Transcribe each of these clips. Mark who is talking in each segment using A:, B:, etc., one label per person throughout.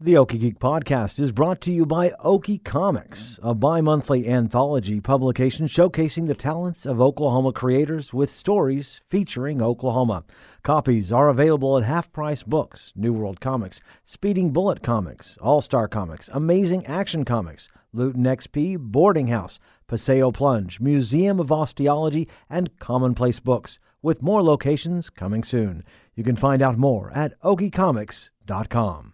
A: The Okie Geek Podcast is brought to you by Okie Comics, a bi monthly anthology publication showcasing the talents of Oklahoma creators with stories featuring Oklahoma. Copies are available at Half Price Books, New World Comics, Speeding Bullet Comics, All Star Comics, Amazing Action Comics, Luton XP, Boarding House, Paseo Plunge, Museum of Osteology, and Commonplace Books, with more locations coming soon. You can find out more at okiecomics.com.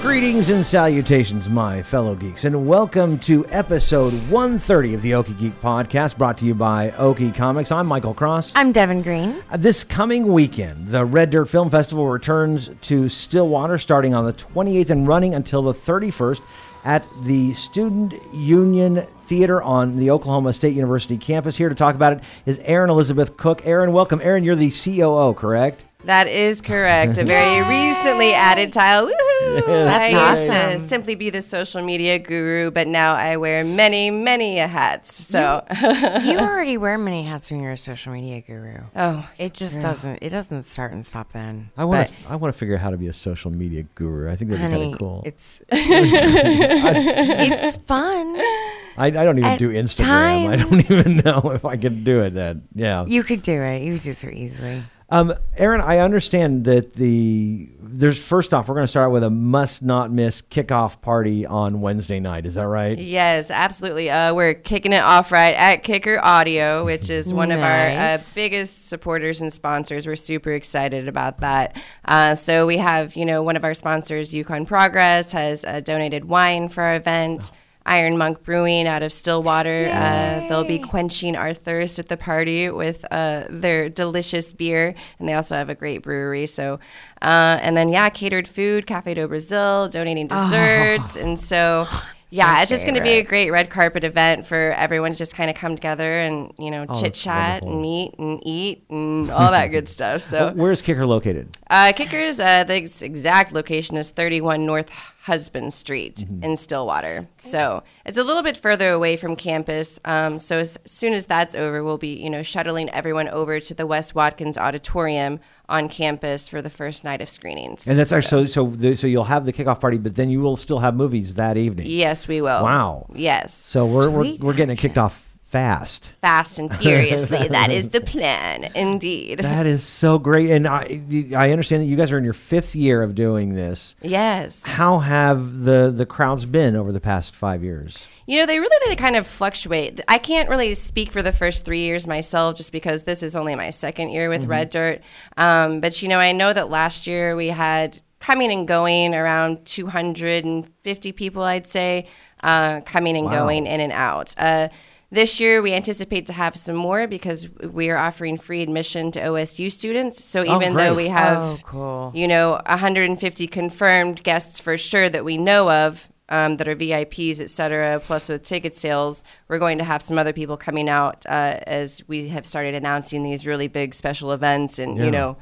A: Greetings and salutations, my fellow geeks, and welcome to episode 130 of the Okie Geek Podcast, brought to you by Okie Comics. I'm Michael Cross.
B: I'm Devin Green.
A: Uh, This coming weekend, the Red Dirt Film Festival returns to Stillwater starting on the 28th and running until the 31st at the Student Union Theater on the Oklahoma State University campus. Here to talk about it is Aaron Elizabeth Cook. Aaron, welcome. Aaron, you're the COO, correct?
C: That is correct. A very recently added tile. Woohoo!
A: That's
C: I used to
B: awesome.
C: simply be the social media guru, but now I wear many, many a hats. So,
B: You already wear many hats when you're a social media guru.
C: oh,
B: It just doesn't. It doesn't start and stop then.
A: I want to. I want to figure out how to be a social media guru. I think
B: But,
A: that'd be kind
B: honey,
A: of cool.
B: it's it's fun.
A: I, I don't even
B: at
A: do Instagram. I don't
B: times-
A: even know if I can do it. Then yeah.
B: You could do it. You could do so easily.
A: Um, Aaron, I understand that the there's first off, we're going to start with a must not miss kickoff party on Wednesday night. Is that right?
C: yes, absolutely. Uh, we're kicking it off right at Kicker Audio, which is one of our uh,
B: Nice.
C: biggest supporters and sponsors. We're super excited about that. Uh, so, we have, you know, one of our sponsors, Yukon Progress, has uh, donated wine for our event. Iron Monk Brewing out of Stillwater. Uh, they'll be quenching our thirst at the party with uh, their delicious beer, and they also have a great brewery. So, uh, and then yeah, catered food, Cafe do Brasil, donating desserts, and so yeah, it's just going to be a great red carpet event for everyone to just kind of come together and you know chit chat and meet and eat and all that good stuff. So
A: Where is Kicker located?
C: uh, Kickers, uh, the ex- exact location is 31 North Husband Street
A: Mm-hmm.
C: in Stillwater. So it's a little bit further away from campus. Um, so as soon as that's over, we'll be, you know, shuttling everyone over to the West Watkins Auditorium on campus for the first night of screenings.
A: And that's our so so the, so you'll have the kickoff party, but then you will still have movies that evening.
C: yes, we will.
A: Wow.
C: Yes.
A: So we're we're,
B: Sweet
A: we're getting it kicked off fast.
C: fast and furiously. that is the plan, indeed.
A: That is so great, and I I understand that you guys are in your fifth year of doing this.
C: yes.
A: How have the the crowds been over the past five years?
C: You know, they really they kind of fluctuate. I can't really speak for the first three years myself, just because this is only my second year with Red Dirt. Um, but you know, I know that last year we had coming and going around 250 people, I'd say, uh, coming and going in and out. Uh, this year, we anticipate to have some more because we are offering free admission to OSU students. So even though
A: great.
C: we have
B: Oh, cool.
C: you know, 150 confirmed guests for sure that we know of um, that are VIPs, et cetera, plus with ticket sales, we're going to have some other people coming out uh, as we have started announcing these really big special events and,
A: Yeah.
C: you know,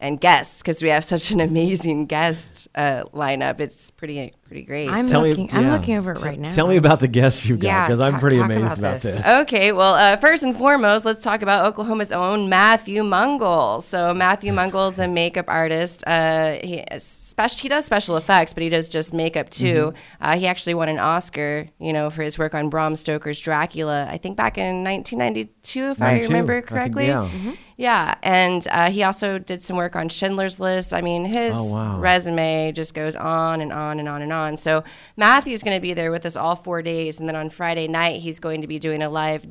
C: and guests because we have such an amazing guest uh, lineup. It's pretty, pretty great.
B: I'm looking. I'm looking over it
A: Tell-
B: right now.
A: Tell me about the guests you got
B: Yeah,
A: because I'm
B: talk-
A: pretty
B: talk
A: amazed about,
B: about
A: this.
B: this.
C: Okay, well, uh, first and foremost, let's talk about Oklahoma's own Matthew Mungle. So Matthew Mungle is a makeup artist. Uh, he is spec- he does special effects, but he does just makeup too.
A: Mm-hmm.
C: Uh, he actually won an Oscar, you know, for his work on Bram Stoker's Dracula. I think back in 1992, if I
A: 92, I
C: remember
A: think,
C: correctly. Mm-hmm.
A: yeah.
C: Yeah, and uh, he also did some work on Schindler's List. I mean, his
A: Oh, wow.
C: resume just goes on and on and on and on. So Matthew's going to be there with us all four days, and then on Friday night he's going to be doing a live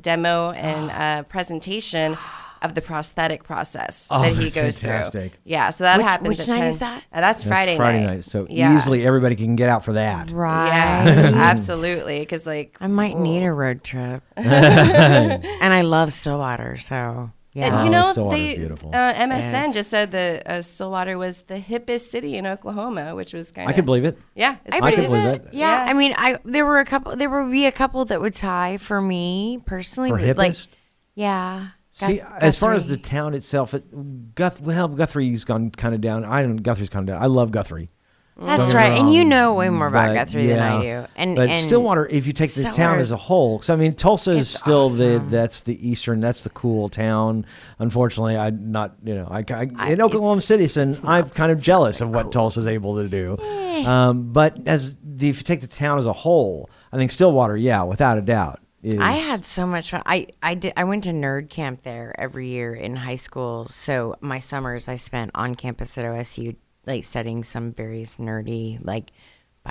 C: demo and uh, presentation of the prosthetic process
A: Oh,
C: that he
A: that's
C: goes
A: fantastic.
C: through. Yeah, so that
B: Which-
C: happens.
B: which
C: at
B: night
C: 10.
B: is that?
C: Uh, that's Friday,
A: Friday night,
C: night.
A: so
C: Yeah.
A: easily everybody can get out for that.
B: Right.
C: Yeah, absolutely. Because like
B: I might need a road trip. and I love Stillwater, so
C: And,
B: yeah.
A: Oh,
C: you know,
A: Stillwater's
C: they,
A: beautiful.
C: uh, MSN
B: Yes.
C: just said that uh, Stillwater was the hippest city in Oklahoma, which was kind
A: I
C: of
A: can believe it.
C: Yeah, it's
A: I
C: pretty
A: can believe
C: hip.
A: it.
B: Yeah,
C: Yeah.
B: I mean, I there were a couple. There would be a couple that would tie for me personally.
A: For
B: but, like,
A: hippest?
B: yeah.
A: See,
B: Guth-
A: as far as the
B: Guthrie.
A: town itself, it, Guth, well, Guthrie's gone kind of down. I don't. Guthrie's kind of down. I love Guthrie.
B: That's
A: Don't
B: right.
A: get me
B: And you
A: wrong,
B: know way more about
A: but,
B: Guthrie than I
A: yeah.
B: do. And,
A: but
B: and
A: Stillwater, if you take the town as
B: Stillwater's-
A: a whole, because I mean Tulsa is
B: It's
A: still the
B: awesome.
A: that's the eastern, that's the cool town. Unfortunately, I not you know I, I-
B: I-
A: in Oklahoma
B: it's-
A: City, and
B: it's
A: I'm
B: not-
A: kind of
B: it's
A: jealous
B: not
A: of
B: that
A: what
B: cool.
A: Tulsa's able to do. Um, but as the, if you take the town as a whole, I think Stillwater, yeah, without a doubt, is
B: I had so much fun. I, I did I went to nerd camp there every year in high school. So my summers I spent on campus at OSU like studying some various nerdy like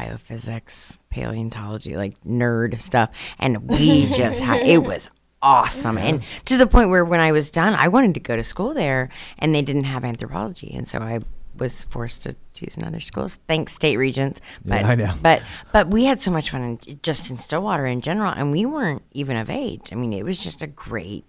B: biophysics, paleontology, like nerd stuff. And we just had it was awesome. And to the point where when I was done, I wanted to go to school there and they didn't have anthropology and so I was forced to choose another school. Thanks, state regents.
A: Yeah,
B: But
A: I know.
B: but but we had so much fun in, just in Stillwater in general, and we weren't even of age. I mean, it was just a great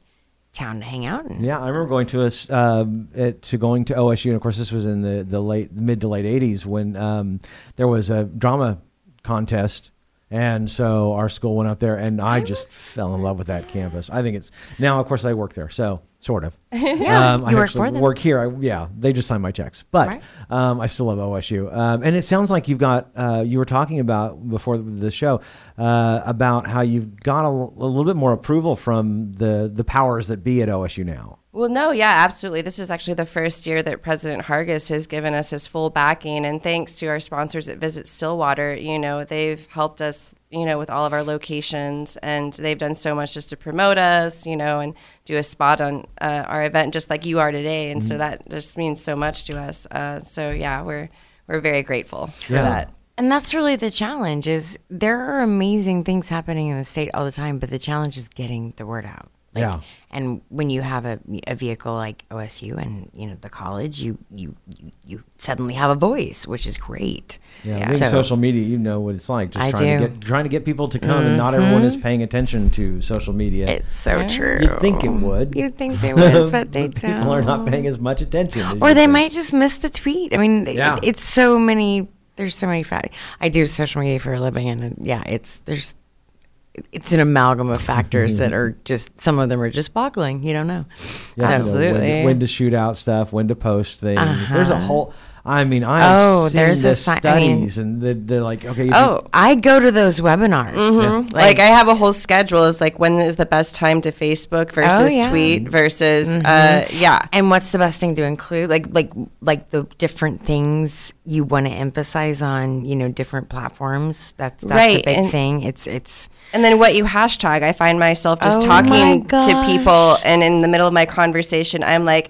B: town to hang out in.
A: Yeah, I remember going to us um, at, to going to OSU, and of course, this was in the, the late mid to late '80s when um, there was a drama contest, and so our school went up there, and I just fell in love with that campus. I think it's now, of course, I work there, so sort of. Yeah, I
B: you work
A: actually
B: for them.
A: work here. I, yeah, they just sign my checks, but
B: Right.
A: um, I still love OSU. Um, and it sounds like you've got uh, you were talking about before the show uh, about how you've got a, l- a little bit more approval from the the powers that be at OSU now.
C: Well, no, yeah, absolutely. This is actually the first year that President Hargis has given us his full backing, and thanks to our sponsors at Visit Stillwater, you know, they've helped us, you know, with all of our locations, and they've done so much just to promote us, you know, and do a spot on uh, our event, just like you are today, and
A: Mm-hmm.
C: so that just means so much to us. Uh, so yeah, we're we're very grateful for
A: Yeah.
C: that.
B: And that's really the challenge is there are amazing things happening in the state all the time, but the challenge is getting the word out. Like,
A: Yeah.
B: And when you have a, a vehicle like OSU and you know the college, you you you- you suddenly have a voice, which is great.
A: Yeah,
C: Yeah.
A: being
B: So-
A: social media, you know what it's like. Just
B: I
A: trying to
B: do. Mm-hmm.
A: get trying to get people to come, and not everyone is paying attention to social media.
B: It's so true.
A: You'd think it would.
B: You'd think they would, but they
A: people
B: don't.
A: are not paying as much attention. as
B: or
A: you
B: they
A: think.
B: might just miss the tweet. I mean, it-
A: Yeah.
B: it's so many. There's so many fact. I do social media for a living, and uh, yeah, it's there's. It's an amalgam of factors that are just some of them are just boggling. You don't know.
A: Yeah,
B: So-
A: you know, when to- When,
C: Absolutely.
A: to shoot out stuff, when to post things. There's a
B: Uh-huh.
A: whole. I mean, I have
B: Oh,
A: seen
B: there's a
A: the
B: si- I mean-
A: studies, and they're, they're like, okay, if
C: Oh,
B: I go to those webinars.
A: Mm-hmm.
C: Mhm. Like, I have a whole schedule. It's like when is the best time to Facebook versus
B: Oh, yeah. Mm-hmm.
C: tweet versus uh, yeah.
B: And what's the best thing to include? Like like like the different things you want to emphasize on, you know, different platforms. That's that's a
C: Right,
B: big
C: and-
B: thing. It's it's
C: And then what you hashtag, I find myself just
B: Oh my
C: talking to
B: gosh.
C: people, and in the middle of my conversation, I'm like,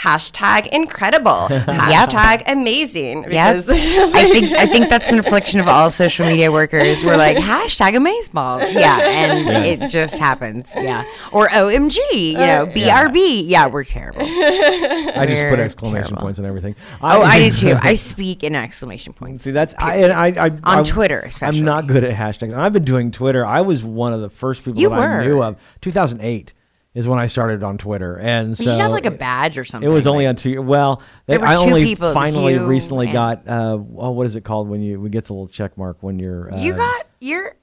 C: hashtag incredible, hashtag amazing.
B: Yes.
C: Because
B: I think I think that's an affliction of all social media workers. We're like hashtag amazeballs. Yeah. And it just happens. Yeah. Or OMG, you
C: Uh,
B: know, BRB. Yeah, we're terrible.
A: I just put
B: We're
A: exclamation
B: terrible.
A: points and everything.
B: Oh, I do too. I speak in exclamation points.
A: See, that's I, and I, I I-
B: Twitter
A: I'm not
B: especially.
A: good at hashtags. And I've been doing Twitter. I was one of the first people
B: You
A: that I
B: were.
A: knew of. 2008 is when I started on Twitter, and so
B: you should have like a badge or
A: It
B: something.
A: was only
B: like-
A: on two. Well,
B: There were
A: I
B: two
A: only
B: people. It was
A: finally
B: you
A: recently
B: and-
A: got. Uh, oh, what is it called when you we get the little check mark when you're uh,
B: You got your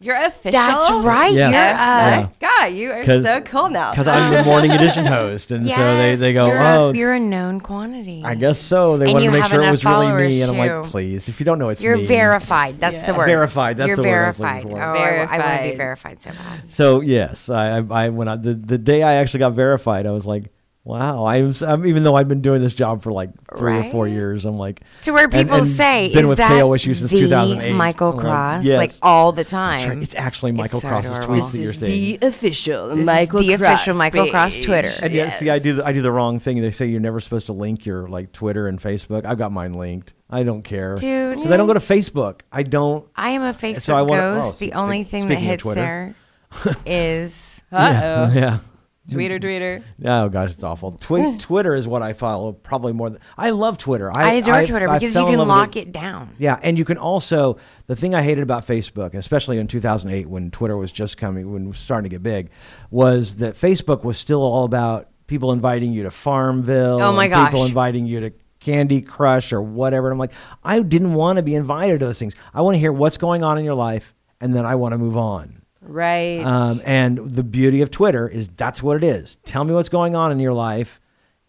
C: you're official.
B: That's right.
A: Yeah.
B: You're,
A: Yeah.
B: uh,
C: Yeah. God, you are
A: 'Cause-
C: so cool now.
A: because I'm the morning edition host, and so they, they
B: yes,
A: go,
B: you're a-
A: oh,
B: you're a known quantity.
A: I guess so. They
B: And
A: wanted to
B: you
A: make
B: have
A: sure it
B: enough
A: was really me,
B: followers,
A: and I'm
B: too.
A: like, please, if you don't know it's
B: You're
A: me,
B: verified. That's the word.
A: Verified, that's
B: you're
A: the word I was looking
B: verified.
A: for.
B: Oh, I, want to
C: Verified.
B: be verified so bad.
A: So yes, I I, I when I, the the day I actually got verified, I was like. Wow, I'm, s am even though I've been doing this job for like three or four
B: Right?
A: years, I'm like
B: To where
A: and-
B: people
A: and
B: say,
A: been
B: is
A: with
B: that
A: KOSU since
B: the
A: 2008.
B: Michael
A: I'm like,
B: Cross?
A: yes.
B: Like oh, all the
A: That's
B: time.
A: right. It's actually Michael
B: so
A: Cross's
B: adorable.
A: tweets that
B: This
A: you're
B: is
A: saying.
C: official
B: is Michael the official Cross Michael Cross page. Twitter.
A: And yet, see, I do the, I do the wrong thing. They say you're never supposed to link your like Twitter and Facebook. I've got mine linked. I don't care,
B: Dude.
A: because I don't go to Facebook. I don't.
B: I am a Facebook
A: So I wanna- oh,
B: ghost.
A: spe-
B: the only thing that
A: speaking of
B: hits
A: Twitter.
B: there is
C: Uh oh.
A: Yeah.
C: Tweeter, tweeter.
A: Oh gosh, it's awful. Twi- Twitter is what I follow probably more. Than, I love Twitter. I,
B: I adore Twitter
A: I
B: because
A: fell
B: you
A: in
B: can
A: love with
B: lock it down.
A: Yeah, and you can also the thing I hated about Facebook, especially in 2008 when Twitter was just coming, when it was starting to get big, was that Facebook was still all about people inviting you to Farmville.
B: Oh, my
A: and People
B: gosh.
A: inviting you to Candy Crush or whatever. And I'm like, I didn't want to be invited to those things. I want to hear what's going on in your life, and then I want to move on.
C: Right.
A: Um, and the beauty of Twitter is that's what it is. Tell me what's going on in your life,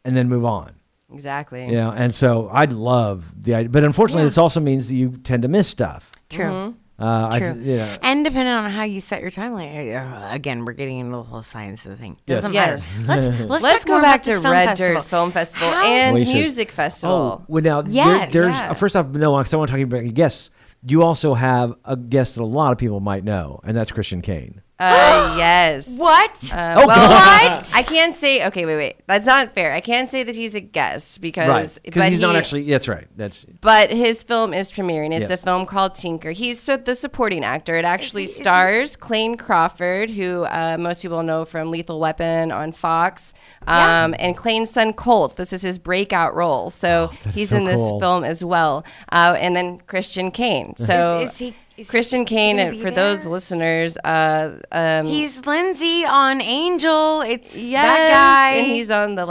A: and then move on.
C: Exactly.
A: You know, and so I'd love the idea, but unfortunately,
B: Yeah.
A: this also means that you tend to miss stuff.
C: Mm-hmm.
B: True.
A: Uh,
B: True.
A: I, th- yeah.
B: And depending on how you set your timeline, uh, again, we're getting into the whole science of the thing.
A: Yes.
B: Doesn't
C: Yes.
B: matter. Let's let's,
C: Let's
B: talk more
C: go
B: about
C: back to
B: this film
C: Red
B: festival.
C: Dirt Film Festival
B: How-
C: and
A: We should.
C: Music
A: Oh,
C: Festival.
A: well, now there-
B: Yes.
A: there's
C: Yeah.
A: uh, first off, no, because I want to talk about your guests. You also have a guest that a lot of people might know, and that's Christian Kane.
C: Uh, yes.
B: What?
C: Uh,
A: Oh,
C: well,
B: God.
C: I can't say. Okay, wait, wait. That's not fair. I can't say that he's a guest
B: Oh,
C: because,
A: Right, because
C: but
A: he's not
C: he-
A: actually. That's right. That's
C: But his film is premiering. It's
A: Yes.
C: a film called Tinker. He's so the supporting actor. It actually
B: Is he- is he-
C: stars Clayne Crawford, who uh, most people know from Lethal Weapon on Fox, um, and Clayne's son Colt. This is his breakout role, so he's
A: Oh, so
C: in this
A: cool.
C: film as well. Uh, and then Christian Kane. So
B: Is- is he- is he-
C: Christian
B: is he
C: Kane,
B: gonna
C: uh,
B: be
C: for
B: there?
C: those listeners, uh, um,
B: He's Lindsay on Angel. It's
C: yes,
B: that guy.
C: and he's on the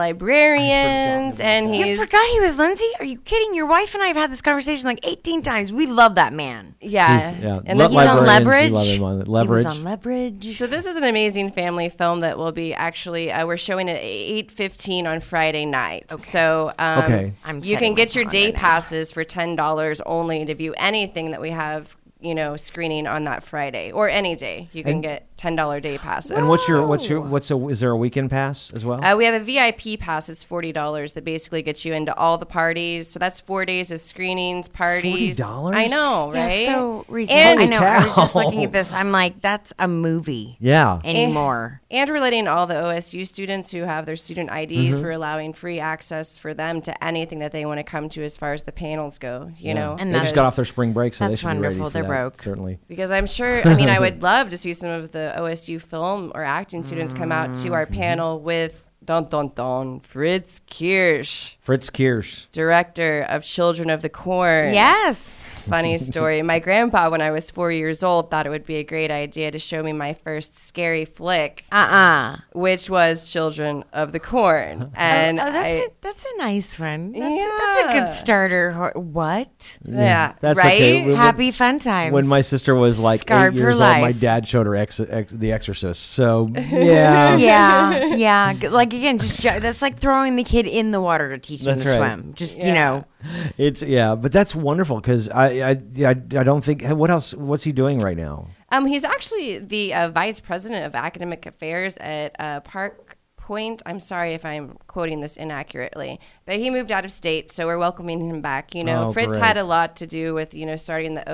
C: Librarians,
A: about
C: and
B: you
C: he's
B: forgot he was Lindsay? Are you kidding? Your wife and I have had this conversation like 18 times. We love that man.
C: yeah,
A: he's- yeah.
C: and
A: Le-
C: then he's
B: He's on
C: on
A: Librarians,
B: Leverage.
A: you love him on Leverage.
B: He was on Leverage.
C: So this is an amazing family film that will be actually uh, we're showing at eight fifteen on Friday night. So um,
A: Okay.
B: I'm
C: you
B: setting
C: can
B: my
C: get your day
B: calendar now.
C: passes for ten dollars only to view anything that we have, you know, screening on that Friday or any day. You can get ten dollar day passes.
A: And what's your what's
B: Oh.
A: your what's a is there a weekend pass as well?
C: Uh, we have a VIP pass. It's forty dollars that basically gets you into all the parties. So that's four days of screenings, parties.
A: $40?
C: I know,
B: Yeah,
C: right?
B: so reasonable.
C: And
B: I know. I was just
A: cow.
B: looking at this. I'm like, that's a movie
A: yeah.
C: Eh.
B: anymore.
C: And we're letting all the OSU students who have their student IDs,
A: Mm-hmm.
C: we're allowing free access for them to anything that they want to come to as far as the panels go, you know?
B: And
A: they
B: that's-
A: just got off their spring break, so they
B: that's
A: should be ready
B: wonderful.
A: for
B: They're
A: that,
B: broke.
A: Certainly.
C: because I'm sure, I mean, I would love to see some of the OSU film or acting students come out to our
A: Mm-hmm.
C: panel with Don Don Don Fritz Kirsch,
A: Fritz Kirsch.
C: director of Children of the Corn.
B: Yes.
C: Funny story. My grandpa, when I was four years old, thought it would be a great idea to show me my first scary flick,
B: Uh uh
C: which was Children of the Corn. And
B: oh,
C: I,
B: that's, a, that's a nice one. That's, a,
C: Yeah.
B: that's a good starter. hor- What?
C: Yeah,
A: That's
C: right.
A: okay. We-
B: Happy fun times.
A: When my sister was like
B: Scarred
A: eight
B: for
A: years old, my
B: life.
A: dad showed her ex- ex- The Exorcist. So yeah,
B: yeah, yeah. G- Like again, just ju- that's like throwing the kid in the water to teach them
A: That's
B: to
A: right.
B: swim. Just you know,
A: it's yeah, but that's wonderful because I, I I I don't think what else what's he doing right now?
C: Um, he's actually the uh, vice president of academic affairs at uh, Park Point. I'm sorry if I'm quoting this inaccurately, but he moved out of state, so we're welcoming him back. You know,
A: Oh,
C: Fritz
A: great.
C: had a lot to do with you know starting the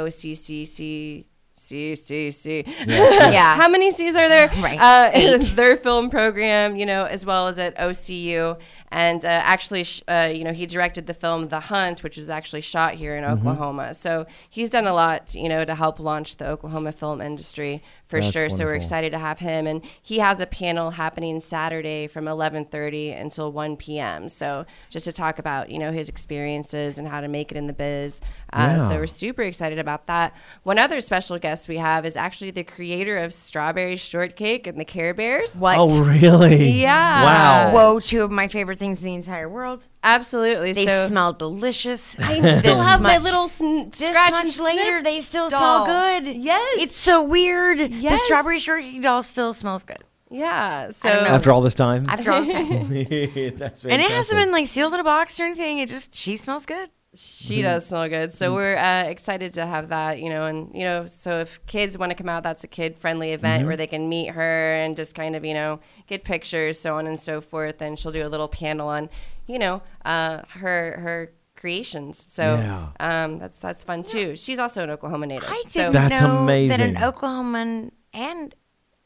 C: OCCC. C C C.
B: Yeah.
C: How many C's are there?
B: Right.
C: Uh,
B: Eight.
C: their film program, you know, as well as at OCU. And uh, actually, sh- uh, you know, he directed the film The Hunt, which was actually shot here in Oklahoma. So he's done a lot, you know, to help launch the Oklahoma film industry for
A: That's
C: sure. So we're
A: wonderful.
C: excited to have him. And he has a panel happening Saturday from 11:30 until 1 p.m. So just to talk about, you know, his experiences and how to make it in the biz. Uh,
A: Yeah.
C: So we're super excited about that. One other special guest we have is actually the creator of Strawberry Shortcake and the Care Bears.
B: what?
A: Oh really?
C: Yeah.
A: Wow.
B: Whoa, two of my favorite things in the entire world.
C: Absolutely.
B: They
C: so
B: smell delicious.
C: I still
B: this
C: have my
B: much-
C: little sn-
B: This
C: scratch and
B: much
C: sniff
B: later, they still
C: doll.
B: smell good.
C: Yes.
B: it's so weird. The
C: Yes.
B: strawberry shortcake doll still smells good
C: yeah. So
B: don't know.
A: After all this time,
B: after all this time, and
A: that's
B: it hasn't been like sealed in a box or anything. It just she smells good. Mm-hmm.
C: She does smell good. So we're uh, excited to have that, you know, and you know, so if kids want to come out, that's a kid friendly
B: Mm-hmm.
C: event where they can meet her and just kind of, you know, get pictures, so on and so forth. And she'll do a little panel on, you know, uh, her her creations. So
A: Yeah.
C: um, that's that's fun too. She's also an Oklahoma native.
B: I
C: so
B: didn't
A: That's
B: know that
A: amazing.
B: an Oklahoman and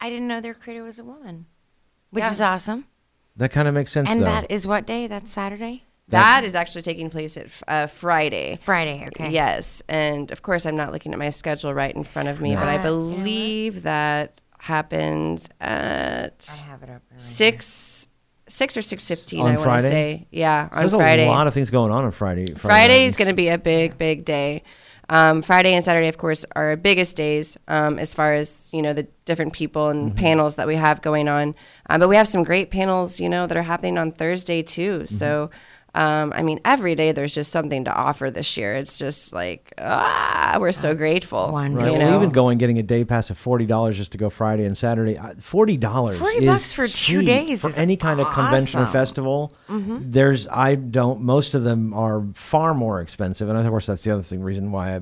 B: I didn't know their creator was a woman, which
C: Yeah.
B: is awesome.
A: That kind of makes sense
B: And
A: though.
B: that is what day? That's Saturday?
C: that is actually taking place at uh, Friday.
B: Friday, okay.
C: Yes, and of course I'm not looking at my schedule right in front of me, but I
B: Uh, you know what?
C: believe that happens at.
B: I have it up. early.
C: six six or six fifteen.
A: On
C: I want
A: Friday?
C: to say, yeah, on
A: There's
C: Friday.
A: a lot of things going on on Friday.
C: Friday is
A: nights.
C: going to be a big, big day. Um, Friday and Saturday, of course, are our biggest days um, as far as you know the different people and
A: Mm-hmm.
C: panels that we Uh,
A: Mm-hmm.
C: have going on. Um, but we have some great panels, you know, that are happening on Thursday too. So um, I mean, every day there's just something to offer this year. It's just like, ah, we're so grateful.
B: wonderful.
C: You
B: Right.
A: Well,
C: know?
A: even going getting a day pass of forty dollars just to go Friday and Saturday, I- forty dollars.
B: 40
A: is
B: bucks for two
A: cheap
B: days
A: for
B: is
A: any kind of convention or
B: awesome. Mm-hmm.
A: festival. There's I don't. Most of them are far more expensive, and of course that's the other thing reason why I,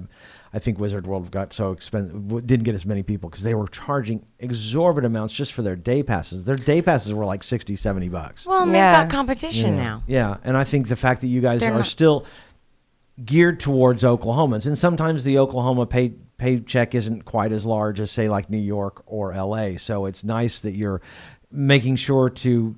A: I think Wizard World got so expensive didn't get as many people because they were charging exorbitant amounts just for their day passes. Their day passes were like 60, 70 bucks.
B: Well, and
C: Yeah.
B: they've got competition now.
A: Yeah, and I think the fact that you guys
B: They're
A: are
B: not-
A: still geared towards Oklahomans, and sometimes the Oklahoma pay paycheck isn't quite as large as say like New York or L.A. So it's nice that you're making sure to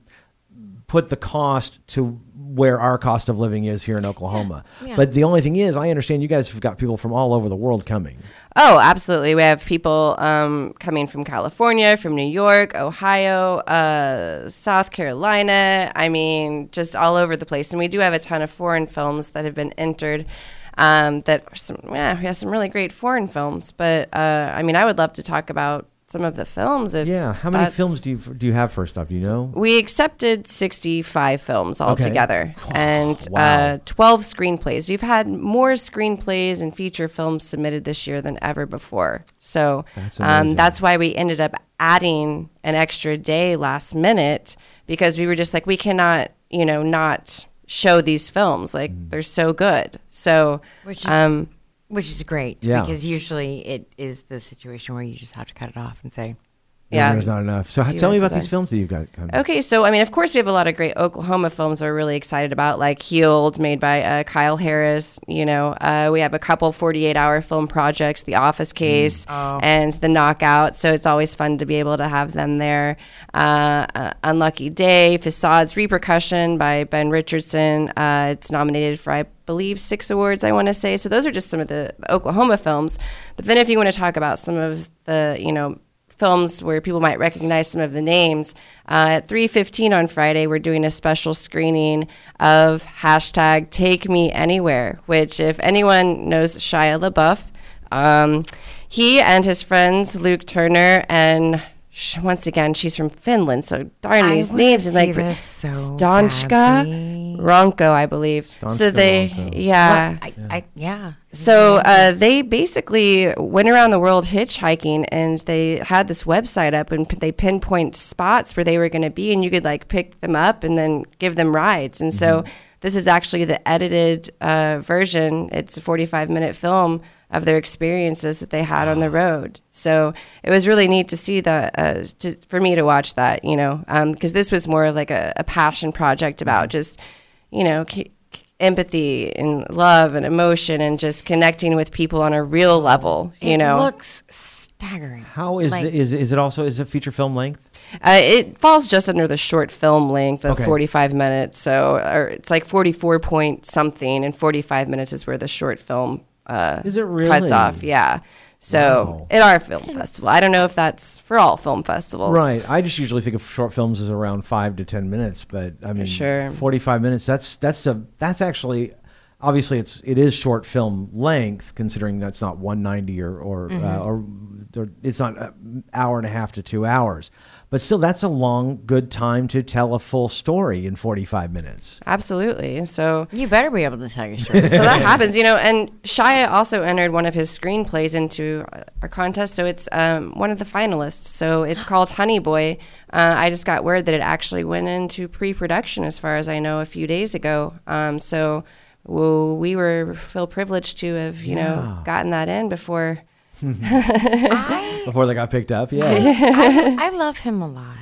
A: put the cost to where our cost of living is here in Oklahoma.
B: yeah.
A: But the only thing is, I understand you guys have got people from all over the world coming.
C: Oh, absolutely. We have people um, coming from California, from New York, Ohio, uh, South Carolina. I mean, just all over the place. And we do have a ton of foreign films that have been entered. Um, that are some, yeah, we have some really great foreign films. But uh, I mean, I would love to talk about some of the films. If
A: Yeah, how many
C: that's-
A: films do you do you have first off? Do you know?
C: we accepted 65 films altogether and
A: Wow.
C: uh, 12 screenplays. We've had more screenplays and feature films submitted this year than ever before. So
A: That's amazing.
C: um, that's why we ended up adding an extra day last minute because we were just like, we cannot, you know, not show these films. Like,
A: Mm.
C: they're so good. So,
B: Which is-
C: um,
B: Which is great
A: Yeah.
B: because usually it is the situation where you just have to cut it off and say,
C: yeah.
A: there's not enough. So
C: you
A: tell me
C: guys
A: about
C: have
A: these
C: I-
A: films that you've got coming.
C: Okay, so I mean, of course, we have a lot of great Oklahoma films that we're really excited about, like Healed, made by uh, Kyle Harris. You know, uh, we have a couple 48 hour film projects, The Office Case and The Knockout. So it's always fun to be able to have them there. Uh, uh, Unlucky Day, Facades Repercussion by Ben Richardson. Uh, it's nominated for, I believe, six awards, I want to say. So those are just some of the Oklahoma films. But then if you want to talk about some of the, you know, films where people might recognize some of the names. Uh, at 3.15 on Friday, we're doing a special screening of hashtag Take Me Anywhere, which if anyone knows Shia LaBeouf, um, he and his friends, Luke Turner and sh- once again, she's from Finland, so darn
B: I
C: these
B: wanna
C: names and
B: see
C: like
B: this so badly.
C: Stanchka Ronko, I believe. so
A: Stanchka
C: they,
A: Ronko.
C: yeah.
B: Well, I, I, yeah.
C: So uh, they basically went around the world hitchhiking, and they had this website up, and p- they pinpoint spots where they were going to be, and you could like pick them up and then give them rides. And so this is actually the edited uh, version. It's a 45 minute film of their experiences that they had on the road. So it was really neat to see that uh, to, for me to watch that, you know, because this was more like a, a passion project about just, you know. c- empathy and love and emotion and just connecting with people on a real level you
B: it
C: know
B: looks staggering.
A: How is
B: Like-
A: the, is is it also is it feature film length?
C: uh, it falls just under the short film length of
A: Okay.
C: 45 minutes so or it's like 44 point something and 45 minutes is where the short film uh,
A: Is it really?
C: cuts off yeah so
A: Wow.
C: at our film festival i don't know if that's for all film festivals
A: Right. I just usually think of short films as around five to ten minutes, but I mean,
C: Sure.
A: forty-five minutes. That's that's a that's actually obviously it's it is short film length considering that's not one ninety or or, uh, or or it's not an hour and a half to two hours, but still that's a long good time to tell a full story in forty-five minutes.
C: absolutely so
B: You better be able to tell your story.
C: so that happens, you know. And Shia also entered one of his screenplays into our contest, so it's um, one of the finalists. So it's called Honey Boy. Uh, I just got word that it actually went into pre-production, as far as I know, a few days ago. Um, so well, we were feel privileged to have, you know, gotten that in before.
B: I,
A: Before they got picked up, yeah.
B: I, I love him a lot.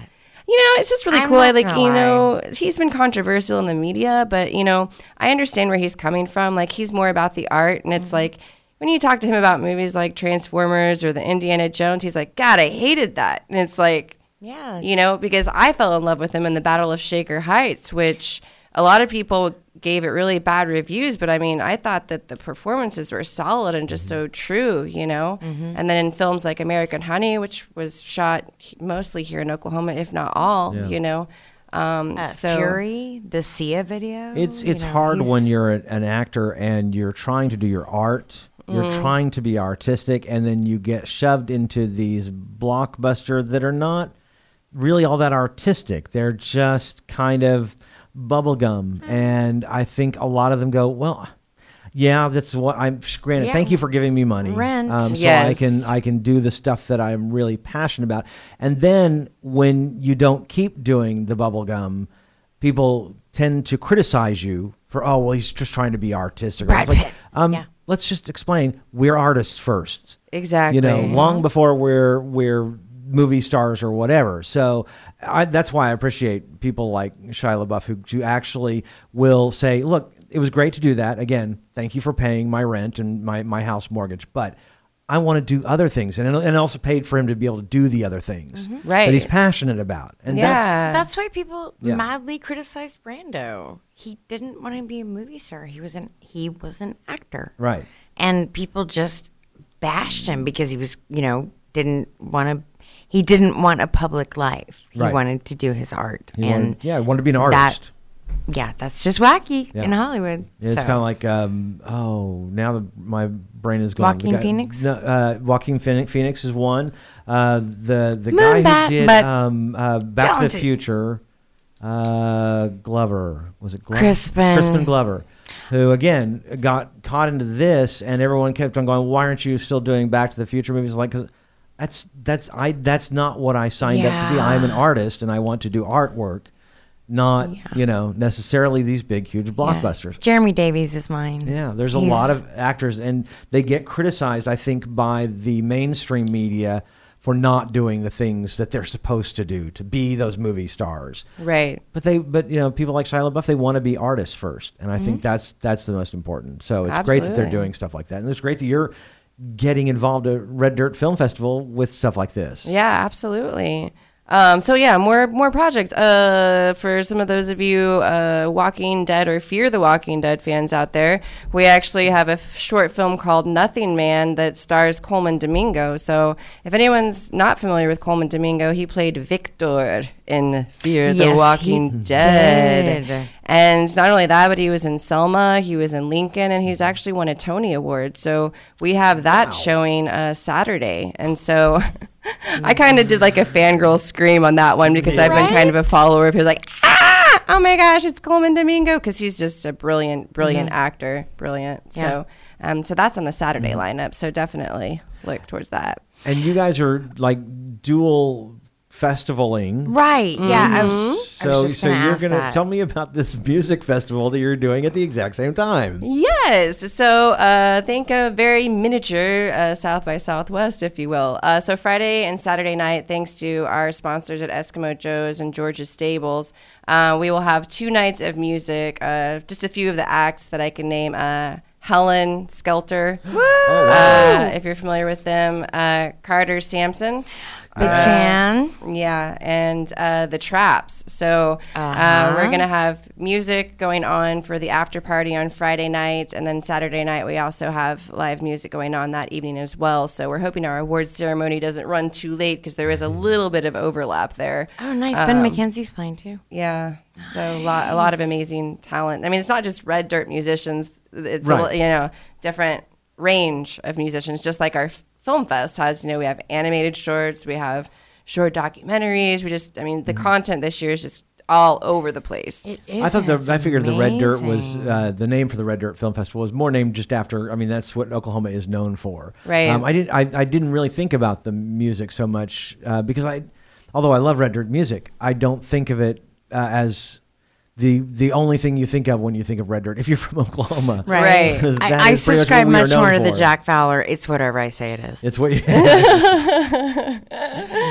C: You know, it's just really
B: I'm
C: cool. I
B: not
C: like,
B: gonna
C: you
B: lie.
C: know, he's been controversial in the media, but you know, I understand where he's coming from. Like, he's more about the art, and it's
B: Mm-hmm.
C: like when you talk to him about movies like Transformers or the Indiana Jones, he's like, God, I hated that, and it's like,
B: Yeah.
C: you know, because I fell in love with him in the Battle of Shaker Heights, which a lot of people gave it really bad reviews, but I mean, I thought that the performances were solid and just
A: Mm-hmm.
C: so true, you know? And then in films like American Honey, which was shot he- mostly here in Oklahoma, if not all, you know? Um,
B: Uh,
C: so,
B: Fury, the Sia video.
A: It's
B: Mm, you
A: it's
B: know,
A: hard when
B: he's-
A: you're a- an actor and you're trying to do your art. You're
B: Mm.
A: trying to be artistic, and then you get shoved into these blockbuster that are not really all that artistic. They're just kind of
B: Mm.
A: bubblegum. And I think a lot of them go, well, yeah, that's what I'm. Granted,
B: Yeah.
A: thank you for giving me money.
B: Rent.
A: Um, so I
C: Yes.
A: can I can do the stuff that I'm really passionate about. And then when you don't keep doing the bubblegum, people tend to criticize you for, oh, well, he's just trying to be artistic.
B: Brad
A: It's like,
B: Pitt.
A: um,
B: Yeah.
A: Let's just explain. We're artists first
C: Exactly. Uh-huh.
A: you know, long before we're we're movie stars or whatever. So I, that's why I appreciate people like Shia LaBeouf who, who actually will say, "Look, it was great to do that. Again, thank you for paying my rent and my my house mortgage, but." I want to do other things, and and also paid for him to be able to do the other things that
C: Mm-hmm. Right.
A: he's passionate about, and that's
C: Yeah.
B: That's why people
A: Yeah.
B: madly criticized Brando. He didn't want to be a movie star. He was an he was an actor.
A: Right.
B: And people just bashed him because he was, you know, didn't want to he didn't want a public life. He
A: Right.
B: wanted to do his art.
A: he
B: and
A: wanted, yeah, he wanted to be an
B: that-
A: artist.
B: yeah, that's just wacky
A: Yeah.
B: in Hollywood.
A: It's
B: So,
A: kind of like, um, oh, now the, my brain is going.
B: Joaquin Phoenix?
A: No, uh, Joaquin Phoenix, Phoenix is one. Uh, the the guy
B: Moonbat,
A: who did
B: but
A: um, uh, Back to
B: talented.
A: the Future, uh, Glover was it Glover?
B: Crispin.
A: Crispin Glover, who again uh, got caught into this, and everyone kept on going. Why aren't you still doing Back to the Future movies? Like, 'cause that's that's I that's not what I signed up to be. I'm an
B: Yeah.
A: artist, and I want to do artwork. Not
B: Yeah.
A: you know necessarily these big huge
B: yeah.
A: blockbusters.
B: Jeremy Davies is mine.
A: Yeah, there's a
B: He's-
A: lot of actors, and they get criticized, I think, by the mainstream media for not doing the things that they're supposed to do to be those movie stars.
C: Right.
A: But they, but you know, people like Shia LaBeouf, they want to be artists first, and I think that's that's the most important. So it's great that they're
C: Mm-hmm. Absolutely.
A: doing stuff like that, and it's great that you're getting involved at Red Dirt Film Festival with stuff like this.
C: Yeah, absolutely. Um, so yeah, more more projects. Uh, for some of those of you uh, Walking Dead or Fear the Walking Dead fans out there, we actually have a f- short film called Nothing Man that stars Coleman Domingo. So if anyone's not familiar with Coleman Domingo, he played Victor in Fear
B: Yes,
C: the
B: he
C: Walking Dead.
B: did.
C: And not only that, but he was in Selma, he was in Lincoln, and he's actually won a Tony Award. So we have that showing uh, Saturday. And so I kind of did like a fangirl scream on that one because I've been kind of a follower of his, like, ah, oh my gosh, it's Coleman Domingo, because he's just a brilliant, brilliant actor. Brilliant. So, um, so that's on the Saturday lineup. So definitely look towards that.
A: And you guys are like dual festivaling.
B: Right. Yeah. I was,
A: Mm-hmm. So,
B: I was just
A: so
B: gonna
A: you're
B: ask
A: gonna
B: that.
A: tell me about this music festival that you're doing at the exact same time.
C: Yes. So uh, think of very miniature uh, South by Southwest, if you will. Uh, so Friday and Saturday night, thanks to our sponsors at Eskimo Joe's and Georgia Stables, uh, we will have two nights of music. Uh, just a few of the acts that I can name. Uh, Helen Skelter, uh, if you're familiar with them, uh, Carter Sampson,
B: Big
A: Uh,
B: fan.
C: yeah, and uh, the traps. So uh
B: Uh-huh.
C: we're gonna have music going on for the after party on Friday night, and then Saturday night we also have live music going on that evening as well. So we're hoping our awards ceremony doesn't run too late because there is a little bit of overlap there. Uh,
B: Oh, nice. ben
C: um,
B: McKenzie's playing too.
C: Yeah, so a lot, a lot of amazing talent. I mean, it's not just red dirt musicians. It's a,
A: Right.
C: li- you know different range of musicians, just like our f- film fest has. You know, we have animated shorts, we have short documentaries. We just, I mean, the content this year is just all over the place.
B: It is.
A: I thought the I figured the Red Dirt was uh, the name for the Red Dirt Film Festival was more named just after. I mean, that's what Oklahoma is known for.
C: Right.
A: Um, I didn't I, I didn't really think about the music so much uh, because I, although I love Red Dirt music, I don't think of it uh, as the the only thing you think of when you think of Red Dirt. If you're from Oklahoma,
C: Right.
A: Because that
B: I, I
A: is pretty much
B: subscribe
A: what we are
B: much more
A: known
B: to the
A: for.
B: Jack Fowler. It's whatever I say it is.
A: It's what.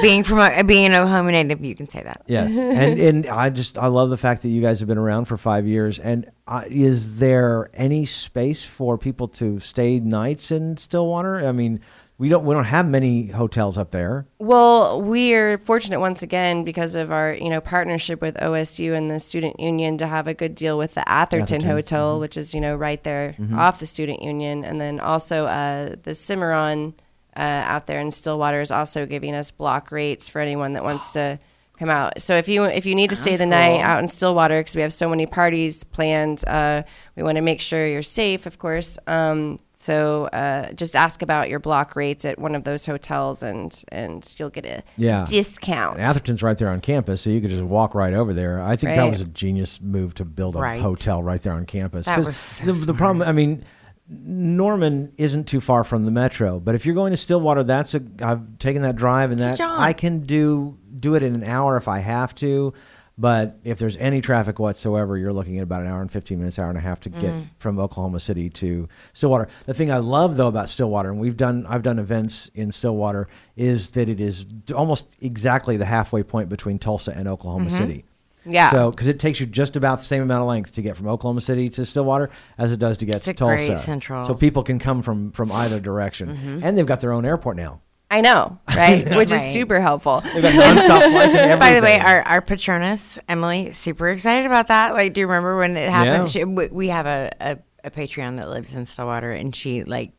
B: being from a, being a Oklahoma native, you can say that.
A: Yes, and and I just I love the fact that you guys have been around for five years. And uh, is there any space for people to stay nights in Stillwater? I mean, we don't we don't have many hotels up there.
C: Well, we're fortunate once again because of our, you know, partnership with OSU and the student union to have a good deal with the Atherton,
A: Atherton,
C: Hotel, which is, you know, right there off the student union, and then also uh, the Cimarron uh, out there in Stillwater is also giving us block rates for anyone that wants to come out. So if you if you need to stay the night out in Stillwater because we have so many parties planned, uh, we want to make sure you're safe, of course. Um, so uh, just ask about your block rates at one of those hotels, and and you'll get a
A: Yeah.
C: discount.
A: Atherton's right there on campus, so you could just walk right over there. I think that
C: Right.
A: was a genius move to build a
B: Right.
A: hotel right there on campus.
B: That
A: 'Cause
B: was so
A: the, the problem. I mean, Norman isn't too far from the metro, but if you're going to Stillwater, that's a. I've taken that drive, and
B: It's a
A: that
B: job.
A: I can do do it in an hour if I have to. But if there's any traffic whatsoever, you're looking at about an hour and 15 minutes, hour and a half to get
B: Mm.
A: from Oklahoma City to Stillwater. The thing I love though about Stillwater, and we've done, I've done events in Stillwater, is that it is d- almost exactly the halfway point between Tulsa and Oklahoma
B: Mm-hmm.
A: City.
C: Yeah.
A: So, because it takes you just about the same amount of length to get from Oklahoma City to Stillwater as it does to get
B: It's a
A: to Tulsa.
B: great central. Mm-hmm.
A: So people can come from from either direction, and they've got their own airport now.
C: I know, right? Which
B: Right.
C: is super helpful.
A: They've got nonstop flights and everything.
B: By the way, our, our Patronus, Emily, super excited about that. Like, do you remember when it happened?
A: Yeah.
B: She, we we have a, a, a Patreon that lives in Stillwater, and she, like,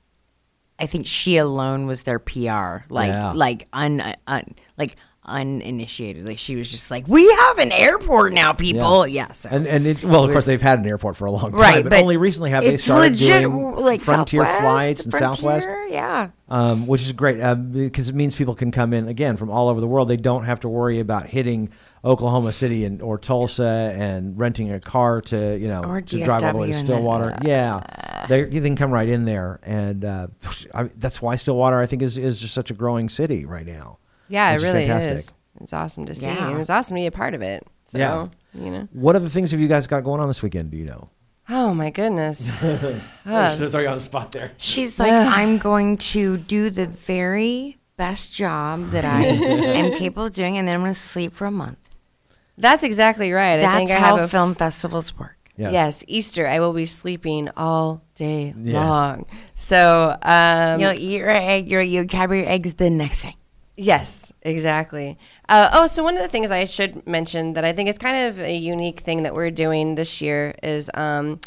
B: I think she alone was their PR. Like,
A: Yeah.
B: like, un, uh, un, like, uninitiated. Like, she was just like, we have an airport now, people. Yeah. so.
A: and and it's well, of
B: It
A: course,
B: was-
A: they've had an airport for a long time,
B: Right,
A: but,
B: but
A: only recently have they
B: it's
A: started
B: legit,
A: doing
B: like
A: frontier
B: Southwest,
A: flights and Southwest.
B: Frontier, Yeah.
A: um, which is great uh, because it means people can come in again from all over the world. They don't have to worry about hitting Oklahoma City and or Tulsa and renting a car to you know
B: Or
A: to drive all the way to
B: DFW and
A: Stillwater.
B: then, uh,
A: yeah, they, you can come right in there, and uh, I, that's why Stillwater I think is is just such a growing city right now.
C: Yeah,
A: which
C: it
A: is
C: really
A: fantastic.
C: is. It's awesome to see,
B: Yeah.
C: and it's awesome to be a part of it. So,
A: Yeah.
C: you know.
A: What other things have you guys got going on this weekend? Do you know?
C: Oh my goodness. Uh,
A: throw you on the spot there.
B: She's like, I'm going to do the very best job that I am capable of doing, and then I'm going to sleep for a month.
C: That's exactly right. I
B: That's
C: think I
B: how
C: have a
B: film festivals work.
A: Yes.
C: Yes. Easter. I will be sleeping all day
A: Yes.
C: long. So, um,
B: You'll eat your egg, your you have your eggs the next day.
C: yes, exactly. Uh, oh, so one of the things I should mention that I think is kind of a unique thing that we're doing this year is. Um,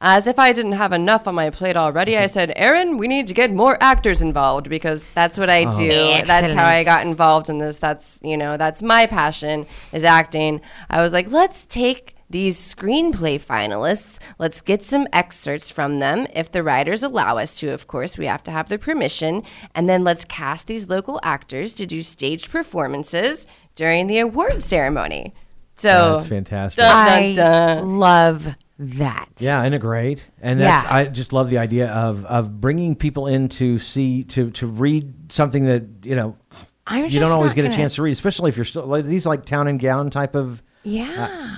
C: as if I didn't have enough on my plate already, I said, Aaron, we need to get more actors involved because that's what I do. That's how I
B: Excellent.
C: got got involved in this that's you know that's my passion is acting i was like let's take these screenplay finalists let's get some excerpts from them if the writers allow us to of course we have to have their permission and then let's cast these local actors to do stage performances during the award ceremony so
A: That's fantastic.
C: Duh.
B: I
C: Dun, dun,
B: love that.
A: Yeah, integrate, and that's
B: Yeah.
A: I just love the idea of of bringing people in to see to to read something that you know
B: I'm
A: you don't
B: just
A: always
B: not
A: get a
B: gonna-
A: chance to read, especially if you're still like, these like town and gown type of Uh,
B: Yeah.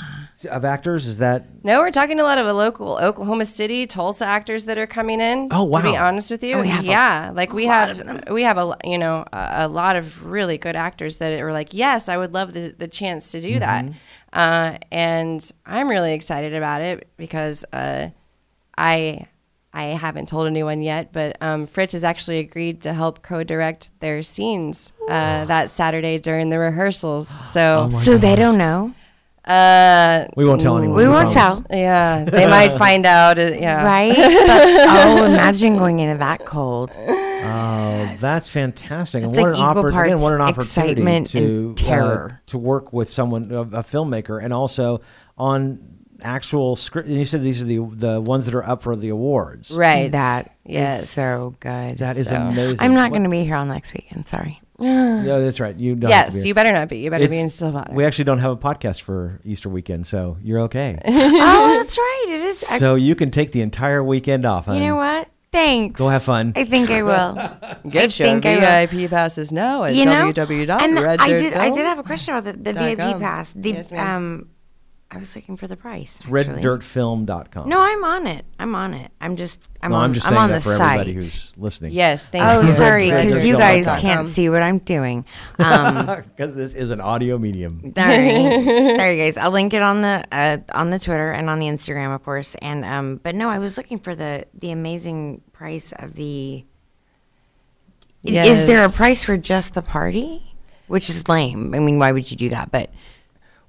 A: of actors. Is that
C: no we're talking a lot of a local oklahoma city tulsa actors that are coming in
A: Oh,
C: to be
A: wow.
C: honest with you
B: And we have a
C: yeah like we have we have a you know a, a lot of really good actors that are like yes i would love the, the chance to do that
B: Mm-hmm.
C: uh, and i'm really excited about it because uh, i i haven't told anyone yet but um, fritz has actually agreed to help co-direct their scenes uh, that saturday during the rehearsals so
B: So they don't know.
C: uh,
A: we won't tell anyone.
B: We won't
A: promise.
B: tell.
C: yeah they might find out uh, yeah
B: Right? But, oh, imagine going into that cold.
A: Oh, that's fantastic!
B: It's
A: and what
B: like
A: an
B: equal
A: oppor- again, what an
B: parts
A: opportunity
B: excitement
A: to
B: and terror.
A: uh, to work with someone, a, a filmmaker, and also on actual script. And you said these are the the ones that are up for the awards.
C: Right.
B: That is
C: yes.
B: so good.
A: That is
B: so-
A: amazing.
B: I'm not
A: What-
B: going to be here on next weekend. Sorry.
A: No, that's right. You don't. have to
C: yes,
A: be-
C: you better not be. You better be
A: It's-
C: in Stillwater.
A: We actually don't have a podcast for Easter weekend, so you're okay.
B: oh, that's right. It is. I-
A: so you can take the entire weekend off.
B: you
A: hon.
B: know what? Thanks.
A: Go have fun.
B: I think I will.
C: Good show.
B: think I will.
C: VIP passes now at
B: you know, and I
C: www.redbeardfilm.
B: did. I did have a question about the, the
C: dot
B: VIP
C: com.
B: pass. The
C: Yes, ma'am.
B: um, I was looking for the price. actually.
A: reddirtfilm.com.
B: No, I'm on it. I'm on it. I'm just. I'm
A: No,
B: on.
A: I'm just
B: I'm
A: saying
B: on
A: that
B: the
A: for
B: site.
A: everybody who's listening.
C: Yes, thank
B: Oh,
C: you.
B: sorry, because you guys
A: Reddirtfilm.com.
B: can't see what I'm doing. Um,
A: Because this is an audio medium.
B: sorry. sorry, guys. I'll link it on the uh, on the Twitter and on the Instagram, of course. And um, but no, I was looking for the the amazing price of the. Is there a
C: Yes.
B: price for just the party? Which is lame. I mean, why would you do that? But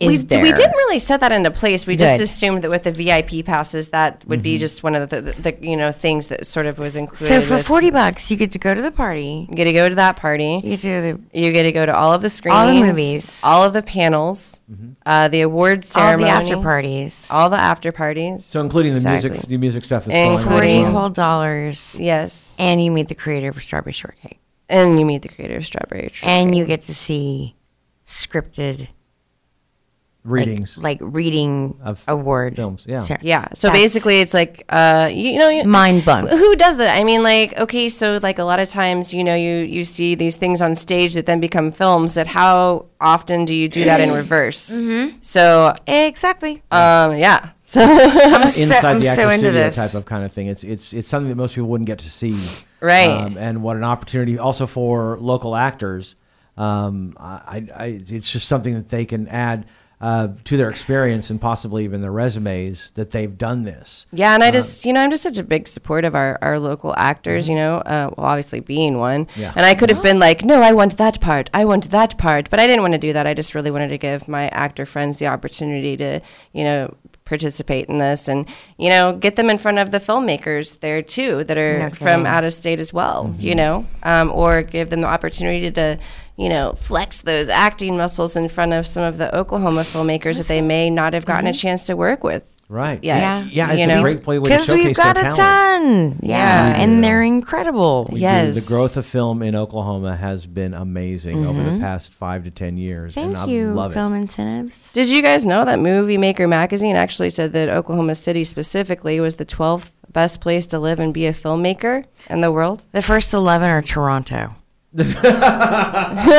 B: is
C: we,
B: there.
C: we didn't really set that into place. We just
B: Good.
C: assumed that with the VIP passes, that would
A: Mm-hmm.
C: be just one of the, the, the you know things that sort of was included.
B: So for
C: with-
B: forty bucks, you get to go to the party.
C: you get to go to that party.
B: You get to the
C: You get to go to all of the screenings,
B: All the movies.
C: all of the panels,
A: Mm-hmm.
C: uh, the award ceremony,
B: all the after parties.
C: all the after parties.
A: So including the music,
C: Exactly.
A: the music stuff that's going
B: Forty
A: on.
C: Including-
B: whole dollars,
C: yes,
B: and you meet the creator of Strawberry Shortcake,
C: and you meet the creator of Strawberry Tree.
B: and you get to see scripted like-
A: readings.
B: like, reading
A: Of
B: award
A: films, yeah.
B: cer-
C: yeah. So
B: That's
C: basically, it's like uh, you, you know, you-
B: mind blown.
C: who does that i mean like okay so like a lot of times you know you you see these things on stage that then become films that how often do you do that
B: Mm-hmm.
C: in reverse so
B: Exactly.
C: um yeah so
B: so-
A: inside
B: I'm
A: the actor
B: so into
A: studio
B: this.
A: type of kind of thing. It's it's it's something that most people wouldn't get to see, Um,
C: Right.
A: and what an opportunity also for local actors. Um, I, I it's just something that they can add uh, to their experience and possibly even their resumes that they've done this.
C: yeah and i just you know i'm just such a big support of our our local actors you know uh, well obviously being one
A: Yeah.
C: and i could have been like no i want that part i want that part but i didn't want to do that i just really wanted to give my actor friends the opportunity to you know participate in this and you know get them in front of the filmmakers there too that are
B: No
C: from
B: kidding.
C: out of state as well you know um, or give them the opportunity to you know flex those acting muscles in front of some of the oklahoma filmmakers that they may not have
B: Mm-hmm.
C: gotten a chance to work with
A: Right.
C: Yeah.
A: Yeah. Yeah. It's
C: You
A: a
C: know?
A: great play way to
B: Because
A: showcase
B: we've got
A: their
B: a
A: talent.
B: ton. Yeah.
C: Yeah.
B: And they're incredible.
A: We do-
C: Yes.
A: The growth of film in Oklahoma has been amazing over
B: Mm-hmm.
A: the past five to ten years,
B: Thank
A: and I
B: you,
A: love it.
B: Film Incentives.
C: Did you guys know that Movie Maker magazine actually said that Oklahoma City specifically was the 12th best place to live and be a filmmaker in the world?
B: The first 11 are Toronto.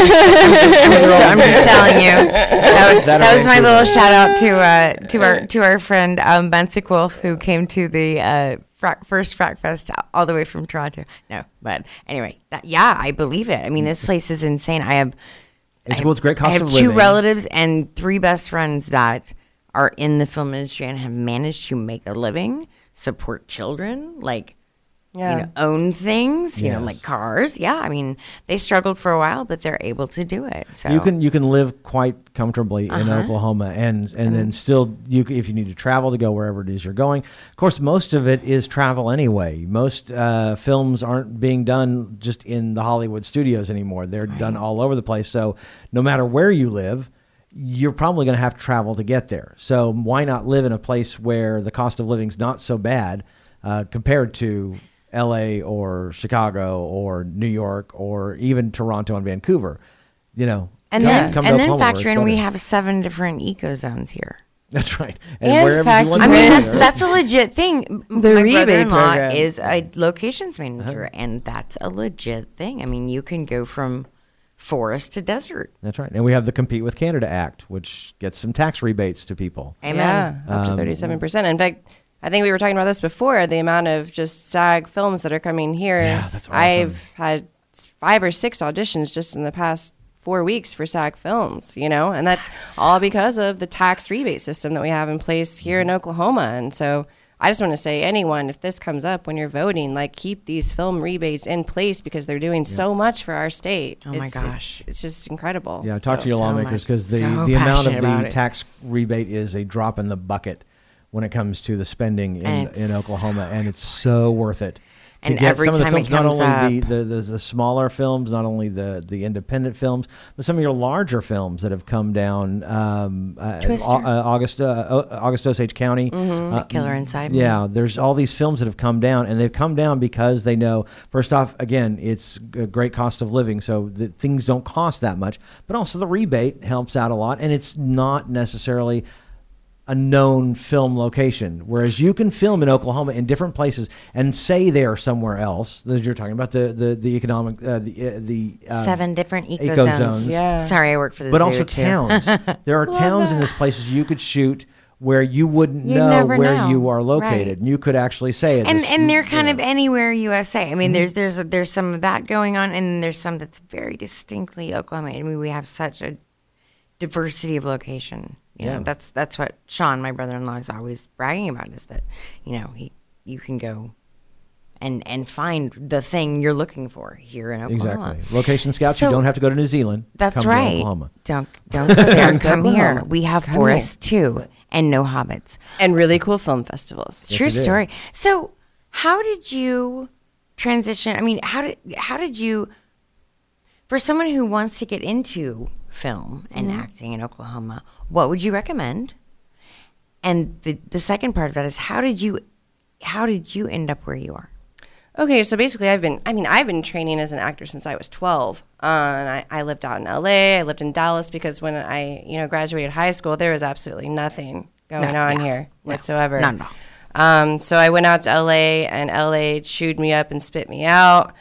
B: I'm
A: Overall,
B: just telling you. That was,
A: That'll
B: that
A: make
B: was my
A: you
B: little
A: laugh.
B: shout out to uh, to our to our friend um, Ben Sickwolf who came to the uh, frac, first Frack Fest all the way from Toronto. No, but anyway, that, yeah, I believe it. I mean, this place is insane. I have
A: It's, well, it's great cost
B: I have
A: of
B: two
A: living.
B: relatives and three best friends that are in the film industry and have managed to make a living, support children, like
C: Yeah.
B: you know, own things, you know,
A: Yes.
B: like cars. Yeah, I mean, they struggled for a while, but they're able to do it. So
A: You can you can live quite comfortably in Oklahoma, and and then still you c- if you need to travel to go wherever it is you're going. Of course, most of it is travel anyway. Most uh, films aren't being done just in the Hollywood studios anymore. They're done all over the place. So no matter where you live, you're probably going to have to travel to get there. So why not live in a place where the cost of living's not so bad uh, compared to L.A. or Chicago or New York or even Toronto and Vancouver? You know,
B: and
A: Come-
B: then
A: come to
B: and then
A: Oklahoma where
B: factor
A: it's
B: in we
A: better.
B: have seven different eco zones here.
A: That's right.
C: And
A: wherever you want
C: factor
A: to
B: I mean,
C: Right.
A: go,
B: that's that's a legit thing.
C: The
B: My
C: rebate
B: brother-in-law
C: program.
B: is a locations manager,
A: Uh-huh.
B: and that's a legit thing. I mean, you can go from forest to desert.
A: That's right. And we have the Compete with Canada Act, which gets some tax rebates to people.
B: Amen.
C: Yeah,
A: Um,
C: up to 37%. In fact, I think we were talking about this before the amount of just SAG films that are coming here.
A: Yeah, that's awesome.
C: I've had five or six auditions just in the past four weeks for SAG films, you know, and that's all because of the tax rebate system that we have in place here
A: Mm-hmm.
C: in Oklahoma. And so I just want to say, anyone, if this comes up when you're voting, like keep these film rebates in place because they're doing so much for our state.
B: Oh my
C: It's- it's-
B: gosh.
C: It's, just incredible.
A: Yeah, talk
C: So-
A: to your
B: So
A: lawmakers
B: much-
A: because the,
B: so
A: the amount
B: passionate
A: of
B: about
A: the
B: it.
A: tax rebate is a drop in the bucket when it comes to the spending in,
B: And it's
A: in Oklahoma, and it's so worth it. to
B: And
A: get
B: every
A: some of the
B: time it
A: films, not
B: comes
A: only
B: up-
A: the, the, the, the smaller films, not only the, the independent films, but some of your larger films that have come down. Um, uh,
B: Twister. Mm-hmm.
A: Au- uh, August, uh, O- August Osage County. uh,
B: Killer Inside Me.
A: Yeah, there's all these films that have come down, and they've come down because they know, first off, again, it's a great cost of living, so the, things don't cost that much, but also the rebate helps out a lot, and it's not necessarily a known film location. Whereas you can film in Oklahoma in different places and say they are somewhere else, as you're talking about the, the, the economic, uh, the, uh, the uh,
B: Seven different eco,
A: eco
B: zones.
A: zones.
C: Yeah.
B: Sorry, I work for the
A: but
B: zoo
A: also
B: too.
A: towns. there are towns in this places you could shoot where you wouldn't
B: You'd
A: know
B: never
A: where
B: know.
A: you are
B: Right.
A: located, and you could actually say it.
B: And
A: This-
B: and they're kind of anywhere USA. I mean,
A: Mm-hmm.
B: there's there's a, there's some of that going on, and there's some that's very distinctly Oklahoma. I mean, we have such a diversity of location. You
A: Yeah.
B: know, that's that's what Sean, my brother-in-law, is always bragging about is that you know he you can go and and find the thing you're looking for here in Oklahoma.
A: Exactly. Location scouts, you
B: Ah. So-
A: don't have to go to New Zealand.
B: That's
A: Come to
B: right.
A: Oklahoma.
B: Don't don't go there. come here.
C: Oklahoma.
B: We have
C: Come
B: forests too, and no hobbits.
C: and really cool film festivals.
B: True
A: you did.
B: story. So, how did you transition? I mean, how did how did you for someone who wants to get into film and acting in Oklahoma, what would you recommend? And the the second part of that is how did you how did you end up where you are?
C: Okay, so basically, I've been, I mean, I've been training as an actor since I was 12. Uh, and I, I lived out in LA, I lived in Dallas because when I, you know, graduated high school, there was absolutely nothing going
B: No,
C: on
B: yeah.
C: here
B: No,
C: whatsoever.
B: not at all.
C: Um, so I went out to LA, and LA chewed me up and spit me out.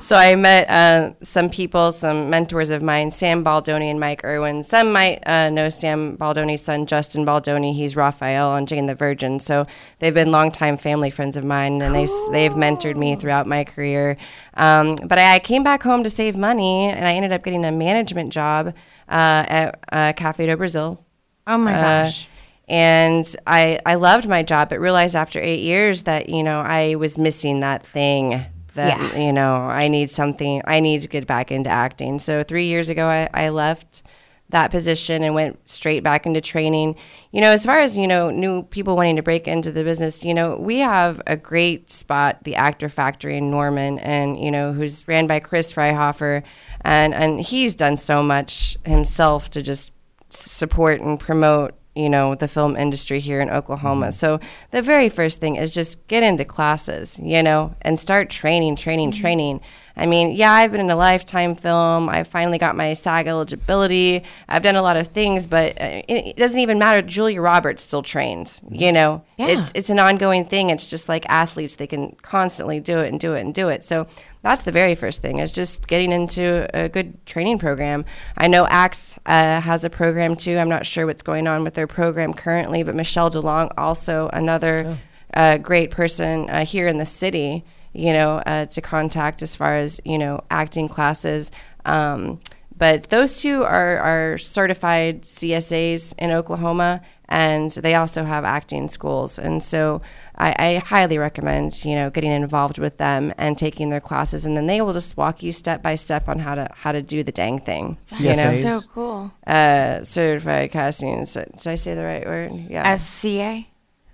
C: so I met uh, some people, some mentors of mine, Sam Baldoni and Mike Irwin. Some might uh, know Sam Baldoni's son, Justin Baldoni. He's Raphael on Jane the Virgin. So they've been longtime family friends of mine, and they s- they've mentored me throughout my career. Um, but I, I came back home to save money, and I ended up getting a management job uh, at uh, Cafe do Brasil.
B: Oh my
C: Uh,
B: gosh.
C: and I, I loved my job, but realized after eight years that, you know, I was missing that thing that,
B: Yeah.
C: you know, I need something, I need to get back into acting. So three years ago, I, I left that position and went straight back into training. You know, as far as, you know, new people wanting to break into the business, you know, we have a great spot, the Actor Factory in Norman, and, you know, who's ran by Chris Freihofer. And, and he's done so much himself to just support and promote you know the film industry here in Oklahoma. So the very first thing is just get into classes, you know, and start training, training, training. I mean, yeah, I've been in a lifetime film. I finally got my SAG eligibility. I've done a lot of things, but uh, it, it doesn't even matter. Julia Roberts still trains, you know.
B: Yeah.
C: It's it's an ongoing thing. It's just like athletes; they can constantly do it and do it and do it. So that's the very first thing is just getting into a good training program. I know Axe uh, has a program too. I'm not sure what's going on with their program currently, but Michelle DeLong, also another uh, great person uh, here in the city, you know, uh, to contact as far as you know acting classes. Um, but those two are, are certified CSAs in Oklahoma, and they also have acting schools. And so I, I highly recommend you know getting involved with them and taking their classes, and then they will just walk you step by step on how to how to do the dang thing. You know,
A: CSAs?
B: so cool.
C: uh, certified casting. so- Did I say the right word? Yeah.
B: SCA?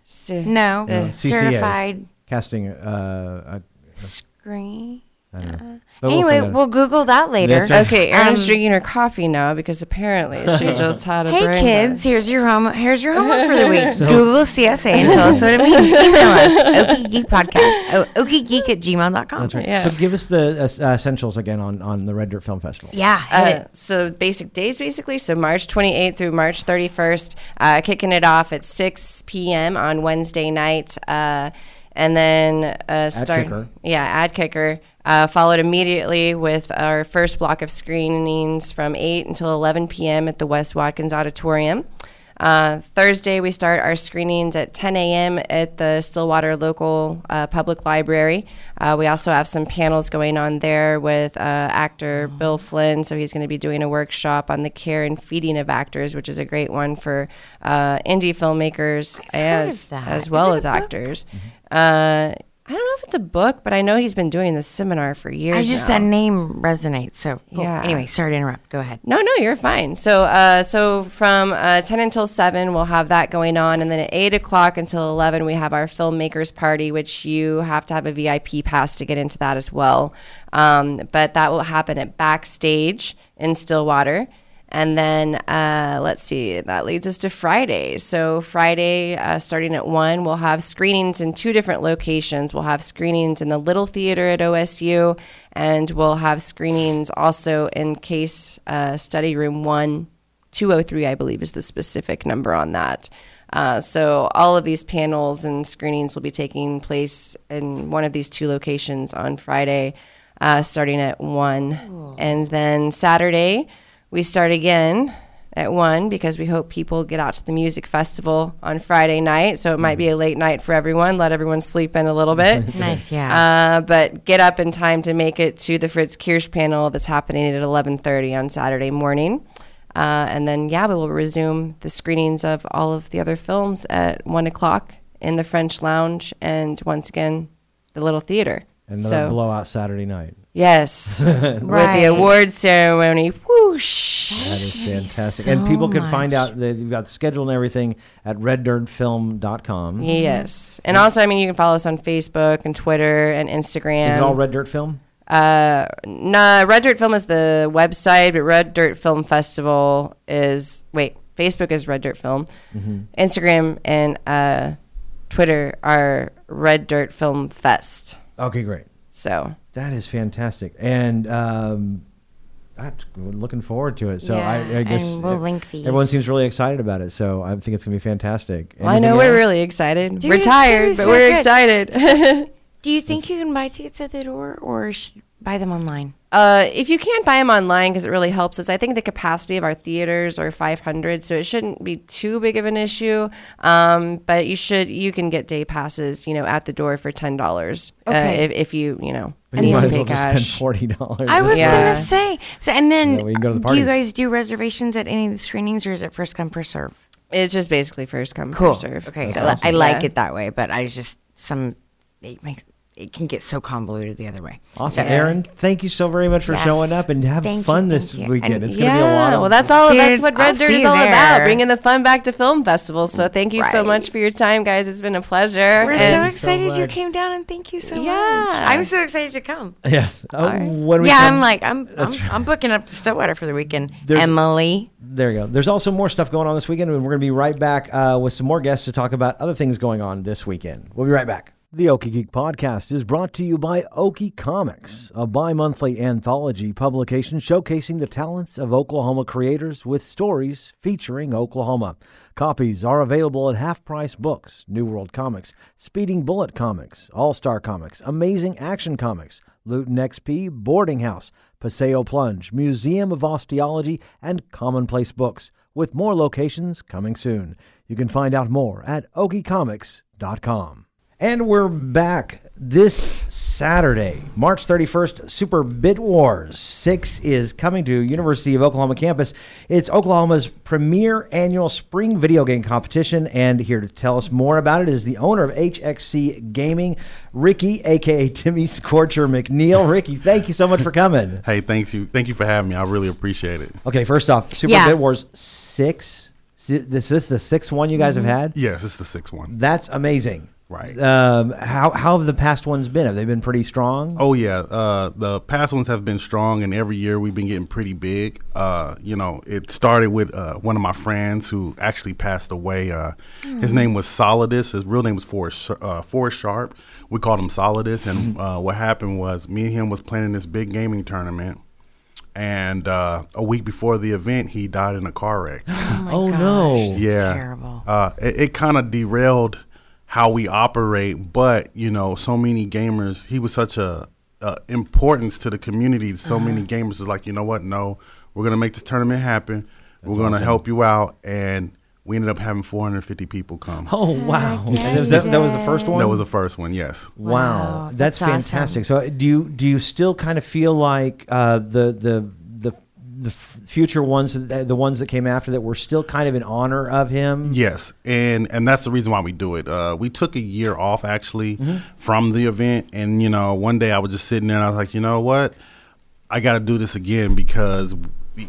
C: C-
B: No.
A: No, CCAs.
B: Certified
A: Casting. Uh,
B: screen.
A: I, I don't know. But we'll
B: Anyway,
A: find
B: we'll,
A: out.
B: Google that later.
A: That's right.
C: Okay, Erin's
B: Um,
C: drinking her coffee now because apparently she just had a
B: Hey
C: brain
B: kids, here's your home. Here's your homework for the week.
A: So-
B: Google CSA and tell us what it means. Email us Okie Geek Podcast. Oh, OkieGeek at gmail.com.
A: That's right.
C: Yeah.
A: So give us the uh, essentials again on, on the Red Dirt Film Festival.
B: Yeah, hit
C: Uh,
B: it.
C: so basic days basically so march 28th through march 31st uh, kicking it off at 6 p.m on wednesday night uh, and then uh, start
A: kicker.
C: yeah ad kicker uh, followed immediately with our first block of screenings from 8 until 11 p.m at the west watkins auditorium uh, Thursday, we start our screenings at 10 a.m. at the Stillwater Local uh, Public Library. Uh, we also have some panels going on there with uh, actor Bill Flynn. So he's going to be doing a workshop on the care and feeding of actors, which is a great one for uh, indie filmmakers
B: heard
C: as,
B: of that.
C: as
B: Is
C: well
B: it
C: as
B: a book?
C: actors. Uh, I don't know if it's a book, but I know he's been doing this seminar for years.
B: I just
C: now.
B: that name resonates. So cool.
C: Yeah.
B: Anyway, sorry to interrupt. Go ahead.
C: No, no, you're fine. So, uh, so from uh, ten until seven, we'll have that going on, and then at eight o'clock until eleven, we have our filmmakers party, which you have to have a VIP pass to get into that as well. Um, but that will happen at backstage in Stillwater. And then uh, let's see, that leads us to Friday. So, Friday, uh, starting at 1, we'll have screenings in two different locations. We'll have screenings in the Little Theater at OSU, and we'll have screenings also in Case uh, Study Room 1, 203, I believe, is the specific number on that. Uh, so, all of these panels and screenings will be taking place in one of these two locations on Friday, uh, starting at 1. And then Saturday, we start again at one because we hope people get out to the music festival on Friday night. So it might be a late night for everyone. Let everyone sleep in a little bit.
B: Nice. Yeah.
C: Uh, but get up in time to make it to the Fritz Kirsch panel that's happening at 11:30 on Saturday morning, uh, and then yeah, we will resume the screenings of all of the other films at one o'clock in the French Lounge. And once again, the little theater.
A: Another
C: so
A: blowout Saturday night.
C: yes, with
B: Right.
C: the award ceremony, whoosh.
A: That is
B: gonna be
A: fantastic.
B: so
A: and people can find
B: much.
A: out that you've got the schedule and everything at reddirtfilm.com.
C: Yes, and also I mean you can follow us on Facebook and Twitter and Instagram.
A: Is it all Red Dirt Film?
C: Uh, nah, Red Dirt Film is the website, but Red Dirt Film Festival is wait, Facebook is Red Dirt Film,
A: Mm-hmm.
C: Instagram and uh, Twitter are Red Dirt Film Fest.
A: Okay, great.
C: So
A: That is fantastic. And um, that's, we're looking forward to it. So I,
B: Yeah,
A: I guess
B: and we'll link these.
A: everyone seems really excited about it. So I think it's going to be fantastic.
C: well, I know
A: Anything
C: we're
A: else?
C: really excited.
B: Dude,
C: we're
B: it's gonna be
C: tired, but
B: so
C: we're
B: good.
C: excited.
B: Do you think you can buy tickets at the door or should buy them online?
C: uh, if you can buy them online because it really helps us. I think the capacity of our theaters are 500, so it shouldn't be too big of an issue. Um, but you should you can get day passes, you know, at the door for ten dollars
B: Okay.
C: uh, if, if you you know
A: But you
C: need
A: might
C: to
A: as
C: pay
A: well just
C: cash.
A: spend forty dollars.
B: I was
C: Yeah.
B: gonna say. So, and then
A: Yeah, we can go to the
B: do you
A: parties.
B: guys do reservations at any of the screenings, or is it first come first serve?
C: It's just basically first come first serve.
B: Okay,
A: That's
B: so
A: awesome.
B: I like
C: Yeah.
B: it that way, but I just some it makes it can get so convoluted the other way.
A: awesome,
C: Yeah.
A: Aaron. Thank you so very much for
B: Yes.
A: showing up and have
B: Thank you,
A: fun
B: thank
A: this
B: you.
A: weekend.
B: And-
A: it's going to be a lot. Of,
C: well, that's all. that's
B: Dude,
C: what
B: I'll
C: Red Dirt
B: see
C: is
B: you
C: all about,
B: there.
C: bringing the fun back to film festivals. So thank you so
B: Right.
C: much for your time, guys. It's been a pleasure.
B: We're
A: Thank
B: so
A: you
C: And-
A: so
B: excited you
A: much.
B: came down, and thank you so much.
C: Yeah.
B: I'm so excited to come.
A: yes. Oh,
C: right.
A: when we
B: yeah,
A: come-
B: I'm like I'm I'm, I'm booking up to Stillwater for the weekend.
A: There's-
B: Emily,
A: There you go. There's also more stuff going on this weekend, and we're going to be right back uh, with some more guests to talk about other things going on this weekend. We'll be right back. The Okie Geek Podcast is brought to you by Okie Comics, a bi monthly anthology publication showcasing the talents of Oklahoma creators with stories featuring Oklahoma. Copies are available at half price books, New World Comics, Speeding Bullet Comics, All Star Comics, Amazing Action Comics, Luton XP, Boarding House, Paseo Plunge, Museum of Osteology, and Commonplace Books, with more locations coming soon. You can find out more at ogiecomics.com. And we're back this Saturday, March 31st, Super Bit Wars 6 is coming to University of Oklahoma campus. It's Oklahoma's premier annual spring video game competition and here to tell us more about it is the owner of HXC Gaming, Ricky aka Timmy Scorcher McNeil. Ricky, thank you so much for coming.
D: Hey, thank you, thank you for having me. I really appreciate it.
A: Okay, first off, Super
B: Yeah.
A: Bit Wars 6 Is this is the sixth one you guys have had?
D: Yes, it's the sixth one.
A: That's amazing.
D: Right.
A: Um, how how have the past ones been? Have they been pretty strong?
D: Oh yeah, uh, the past ones have been strong, and every year we've been getting pretty big. Uh, you know, it started with uh, one of my friends who actually passed away. Uh, His name was Solidus. His real name was Forrest, Sh- uh, Forrest Sharp. We called him Solidus, and uh, what happened was me and him was planning this big gaming tournament, and uh, a week before the event, he died in a car wreck.
B: oh, my
A: Oh,
B: gosh,
A: no.
B: it's
D: yeah
B: terrible.
D: uh it, it kind of derailed how we operate but you know so many gamers he was such a, a importance to the community so many gamers is like you know what no we're gonna make this tournament happen we're gonna help you out and we ended up having 450 people come
A: Oh wow! That was, that, that was the first one.
D: that was the first one yes
A: wow.
B: Wow,
A: That's,
B: that's awesome.
A: fantastic. So uh, do you do you still kind of feel like uh, the the the the f- future ones, the the ones that came after that, were still kind of in honor of him?
D: Yes, and and that's the reason why we do it. Uh, we took a year off actually
A: Mm-hmm.
D: from the event, and you know, one day I was just sitting there and I was like, you know what, I got to do this again because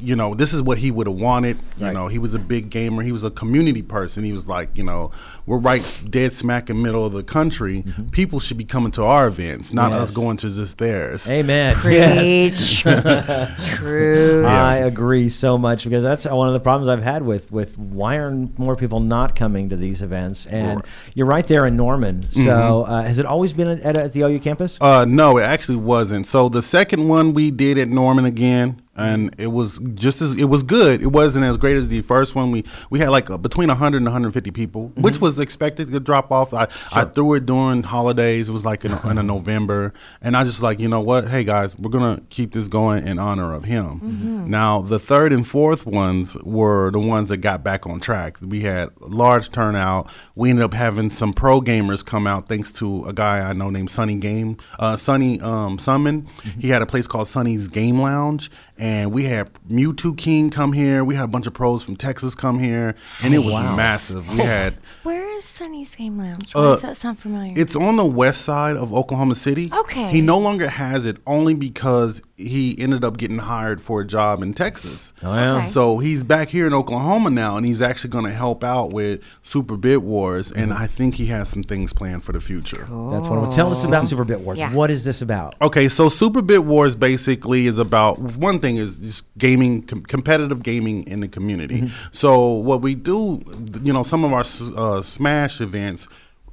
D: you know this is what he would have wanted. You
A: Right.
D: know, he was a big gamer, he was a community person. He was like, you know, we're right dead smack in middle of the country. People should be coming to our events, not
A: Mm-hmm.
D: us
A: Yes.
D: going to just theirs.
A: Amen. Yes.
B: Preach. True.
A: I agree so much because that's one of the problems I've had with with why are more people not coming to these events? And you're right there in Norman. So
D: Mm-hmm.
A: uh, has it always been at, at, at the OU campus?
D: Uh, no, it actually wasn't. So the second one we did at Norman again, and it was just as it was good. It wasn't as great as the first one. We we had like uh between 100 and 150 people, which was expected to drop off. I, I threw it during holidays. It was like in, a- in a November, and I just like you know what? Hey guys, we're gonna keep this going in honor of him. Now the third and fourth ones were the ones that got back on track. We had large turnout. We ended up having some pro gamers come out thanks to a guy I know named Sunny Game, uh, Sunny um, Summon. He had a place called Sunny's Game Lounge, and we had Mewtwo King come here. We had a bunch of pros from Texas come here, and it was
A: Wow.
D: massive. We had
B: Where is Sunny's Game Lounge? Why does that sound familiar?
D: It's on the west side of Oklahoma City.
B: Okay.
D: He no longer has it only because he ended up getting hired for a job in Texas.
A: Oh, yeah.
B: Okay.
D: So he's back here in Oklahoma now, and he's actually going to help out with Super Bit Wars, and
A: Mm-hmm.
D: I think he has some things planned for the future.
A: That's one. Well, tell us about Super Bit Wars.
B: Oh. Yeah.
A: What is this about?
D: Okay, so Super Bit Wars basically is about one thing is just gaming, com- competitive gaming in the community.
A: Mm-hmm.
D: So what we do, you know, some of our s- uh, Smash events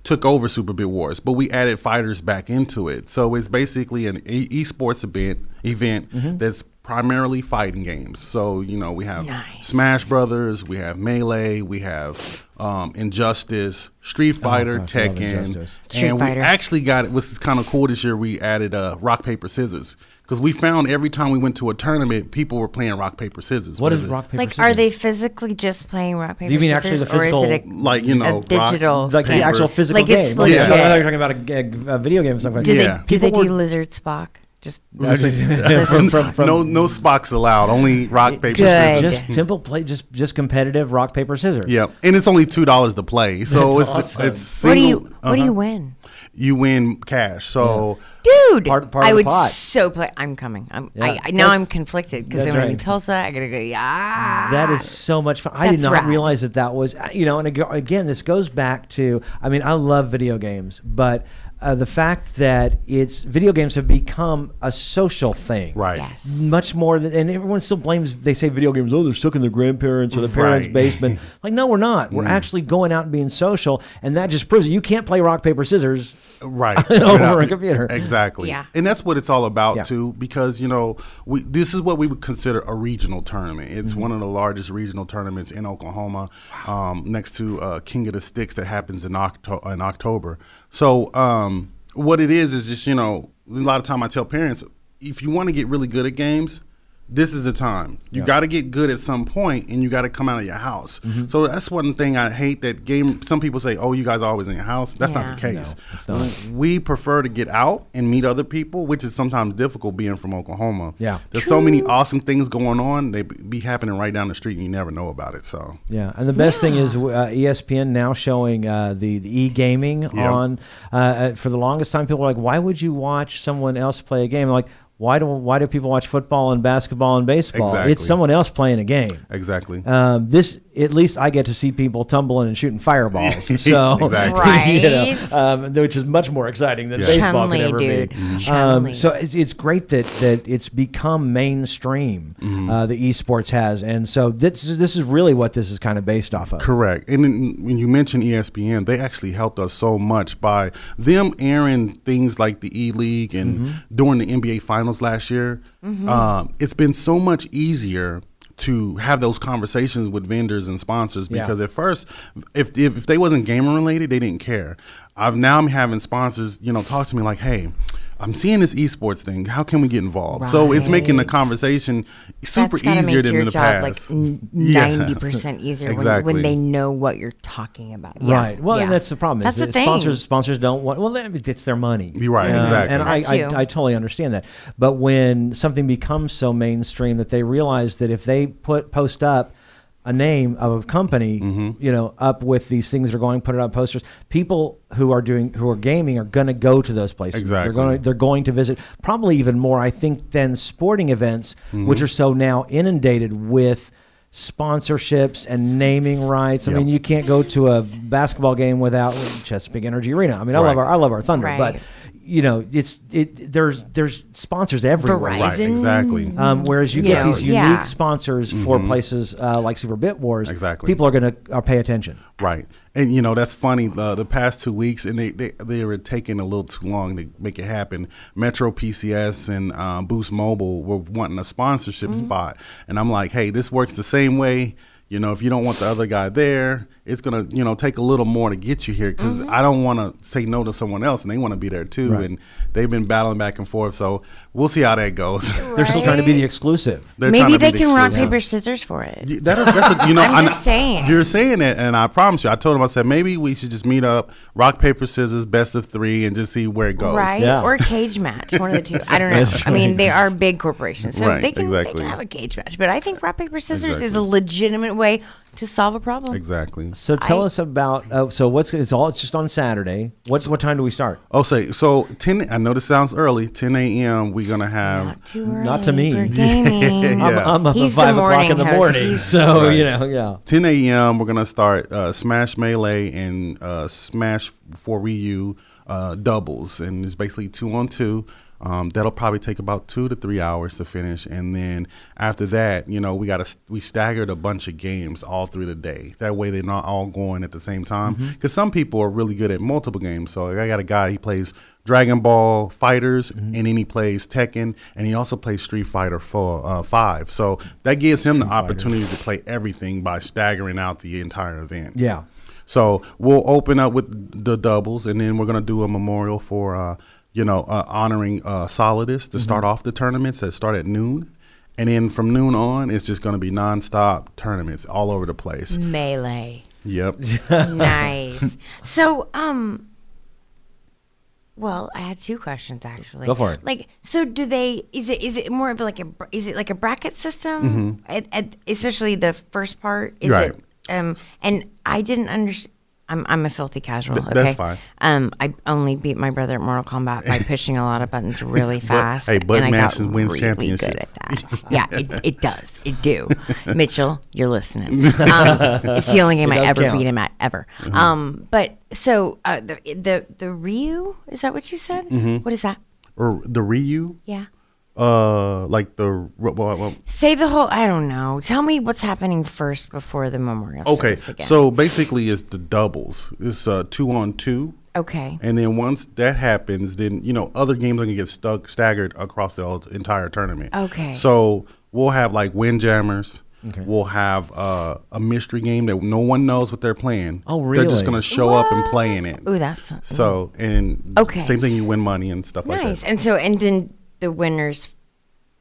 D: took over Super Bit Wars, but we added fighters back into it. So it's basically an e- esports event event
A: Mm-hmm.
D: that's primarily fighting games. So you know, we have
B: Nice.
D: Smash Brothers, we have Melee, we have um, Injustice, Street Fighter,
A: Oh, gosh, I love
D: Tekken,
A: Injustice.
B: Street
D: and
B: Fighter.
D: we actually got it. Which is kind of cool this year. We added uh, rock paper scissors because we found every time we went to a tournament, people were playing rock paper scissors.
A: What
D: But
A: is
D: it-
A: rock paper?
B: like,
A: scissors?
B: are they physically just playing rock paper?
A: you mean actually
B: scissors,
A: the
B: or is it a,
A: physical-
D: Like you know,
B: a digital?
A: like the
D: paper.
A: actual physical
B: Like, it's
A: game? Like,
D: legit.
A: I thought you were talking about a g- a, video game or something.
B: do
A: like
D: Yeah.
B: they do they
A: People
B: do
A: were-
B: lizard Spock? Just
A: that. From- from- from-
D: no, no Spocks allowed. Only rock paper
B: Good.
D: scissors.
A: just simple play, just just competitive rock paper scissors.
D: Yep, and it's only two dollars to play. So
A: That's
D: it's
A: awesome.
D: it's
B: what do you
D: single,
B: what do you win,
D: you win cash. So.
B: dude?
A: Part- part of
B: I
A: the
B: would
A: pot.
B: so play. I'm coming. I'm
A: Yeah.
B: I, I, now I'm
A: That's-
B: conflicted because
A: that's
B: I'm gonna be
A: right.
B: Tulsa. I gotta go. Yeah,
A: That is so much fun. I did
B: That's
A: not
B: rad.
A: realize that that was, you know, and ag- again, this goes back to, I mean, I love video games, but uh, the fact that it's video games have become a social thing.
D: Right.
B: Yes.
A: Much more than, and everyone still blames, they say video games, oh, they're stuck in their grandparents or their parents'
D: Right. Mm.
A: basement. Like, no, we're not. We're actually going out and being social. And that just proves it. You can't play rock, paper, scissors.
D: right
A: over a computer.
D: exactly
B: Yeah.
D: and that's what it's all about
A: Yeah.
D: too because you know we this is what we would consider a regional tournament it's
A: Mm-hmm.
D: one of the largest regional tournaments in oklahoma um, next to uh, king of the sticks that happens in, Octo- in october so um, what it is is just you know a lot of time i tell parents if you want to get really good at games this is the time. You got to get good at some point, and you got to come out of your house.
A: Mm-hmm.
D: So that's one thing I hate that game. Some people say, "Oh, you guys are always in your house." That's not the
B: Yeah.
D: case. We prefer to get out and meet other people, which is sometimes difficult being from Oklahoma.
A: Yeah.
D: there's so many awesome things going on. They b- be happening right down the street, and you never know about it. So
A: Yeah, and the best thing is uh, ESPN now showing uh, the, the e gaming
D: Yeah.
A: on. Uh, uh, for the longest time, people were like, "Why would you watch someone else play a game?" Like, why do why do people watch football and basketball and baseball? It's
D: Exactly.
A: someone else playing a game.
D: exactly.
A: Um, this at least I get to see people tumbling and shooting fireballs. So
D: Exactly.
A: you know,
B: Right.
A: um, which is much more exciting than
D: Yeah. Mm-hmm.
A: baseball
B: Chun-Li,
A: could ever
B: dude.
A: be. Um,
B: Chun-Li.
A: so it's, it's great that that it's become mainstream.
D: Mm-hmm.
A: Uh, the esports has, and so this this is really what this is kind of based off of.
D: Correct. And then when you E mention ESPN, they actually helped us so much by them airing things like the E League and
B: Mm-hmm.
D: during the NBA Finals last year. Um, it's been so much easier to have those conversations with vendors and sponsors
A: Yeah.
D: because at first, if, if if they wasn't gamer related, they didn't care. I've now I'm having sponsors, you know, talk to me like, hey. I'm seeing this esports thing. How can we get involved? So it's making the
B: Right.
D: conversation super
B: That's gotta
D: easier
B: make
D: than
B: your
D: in the
B: job
D: past.
B: like
D: Yeah.
B: ninety percent easier when,
D: Exactly.
B: when they know what you're talking about. Yeah.
A: Right. Well,
B: Yeah.
A: and that's the problem. Is
B: That's the
A: that
B: thing.
A: Sponsors sponsors don't want. Well, they- it's their money.
D: You're right, exactly.
A: And
B: That
A: I,
B: too.
A: I I totally understand that. But when something becomes so mainstream that they realize that if they put post up a name of a company,
D: Mm-hmm.
A: you know, up with these things that are going, put it on posters. People who are doing who are gaming are going to go to those places. They're
D: Exactly.
A: going. They're going to visit probably even more, I think, than sporting events,
D: Mm-hmm.
A: which are so now inundated with sponsorships and naming rights. I
D: Yep.
A: mean, you can't go to a basketball game without Chesapeake Energy Arena. I mean, I love
D: Right.
A: our I love our Thunder, but
B: Right.
A: you know, it's it there's there's sponsors everywhere.
B: Verizon.
D: Right, exactly.
B: Uh,
A: Um, whereas you
B: You
A: get
B: know,
A: these unique
B: yeah.
A: sponsors for places uh, like Super Bit Wars.
D: Exactly.
A: People are going to uh, pay attention.
D: Right, and you know that's funny. uh, The, the past two weeks, and they, they they were taking a little too long to make it happen. Metro PCS and uh, Boost Mobile were wanting a sponsorship
B: Mm-hmm.
D: spot, and I'm like, hey, this works the same way. You know, if you don't want the other guy there, it's gonna you know take a little more to get you here because
B: Mm-hmm.
D: I don't want to say no to someone else, and they want to be there too.
A: Right.
D: And they've been battling back and forth, so we'll see how that goes.
A: They're still trying to be the exclusive.
D: They're trying
B: Maybe
D: to
B: they
D: be the
B: can rock
D: exclusive.
B: paper scissors for it.
D: Y- That, that's a, you know,
B: I'm
D: I
B: just
D: kn-
B: saying.
D: You're saying it, and I promise you, I told him, I said, maybe we should just meet up, rock, paper, scissors, best of three, and just see where it goes.
B: Right
A: Yeah.
B: or a cage match, one of the two. I don't know.
A: That's
B: I mean, they are big corporations, so
D: Right,
B: they, can, they
D: exactly.
B: can have a cage match. But I think rock paper scissors is
D: Exactly.
B: a legitimate way to solve a problem.
D: Exactly.
A: So tell
B: I-
A: us about. Uh, so what's it's all? It's just on Saturday. What's what time do we start?
D: Oh, say so. Ten. I know this sounds early. Ten a.m. We're gonna have.
B: Not too early.
A: Um, Not to me.
B: for gaming.
D: Yeah.
A: I'm, I'm up at
B: He's the
A: five o'clock
B: morning
A: in the
B: host.
A: morning.
B: He's-
A: So
D: Right.
A: you know, yeah.
D: 10 a.m. We're gonna start uh, Smash Melee and uh, Smash for Ryu uh, doubles, and it's basically two on two. Um, that'll probably take about two to three hours to finish, and then after that, you know, we got to we staggered a bunch of games all through the day. That way, they're not all going at the same time. Because some people are really good at multiple games. So I got a guy he plays Dragon Ball Fighters, and then he plays Tekken, and he also plays Street Fighter Four uh, Five. So that gives him the opportunity to play everything by staggering out the entire event.
A: Yeah.
D: So we'll open up with the doubles, and then we're gonna do a memorial for uh, you know uh, honoring uh, Solidus to start off the tournaments that start at noon. And then from noon on, it's just going to be nonstop tournaments all over the place.
B: Melee.
D: Yep.
B: nice. So, um, well, I had two questions actually.
A: Go for it.
B: Like, so do they? Is it is it more of like a br- is it like a bracket system? At, at, especially the first part. Is
D: Mm-hmm. Right.
B: it? Um, and I didn't understand. I'm, I'm a filthy casual.
D: Th-
B: okay?
D: that's fine.
B: Um, I only beat my brother at Mortal Kombat by pushing a lot of buttons really fast.
D: hey, butt
B: and I got
D: mashing wins
B: really Good at
D: championships.
B: that. yeah, it, it does. It do. Mitchell, you're listening. Um, it's the only game I
A: does
B: ever
A: count.
B: beat him at ever.
D: Mm-hmm.
B: Um, but so uh, the the the Ryu is that what you said?
D: Mm-hmm.
B: What is that?
D: or the Ryu,
B: Yeah.
D: uh, like the well, well, well,
B: Say the whole. I don't know. Tell me what's happening first before the memorial.
D: okay.
B: service again.
D: So basically, it's the doubles. It's uh, two on two.
B: okay.
D: And then once that happens, then you know other games are gonna get stuck staggered across the whole entire tournament.
B: Okay.
D: So we'll have like windjammers. We'll have uh, a mystery game that no one knows what they're playing.
A: Oh,
D: They're
A: really?
D: just gonna show up and play in it.
B: Ooh, that's not-
D: so and
B: Okay.
D: same thing. You win money and stuff like
B: nice.
D: that.
B: And so and then the winners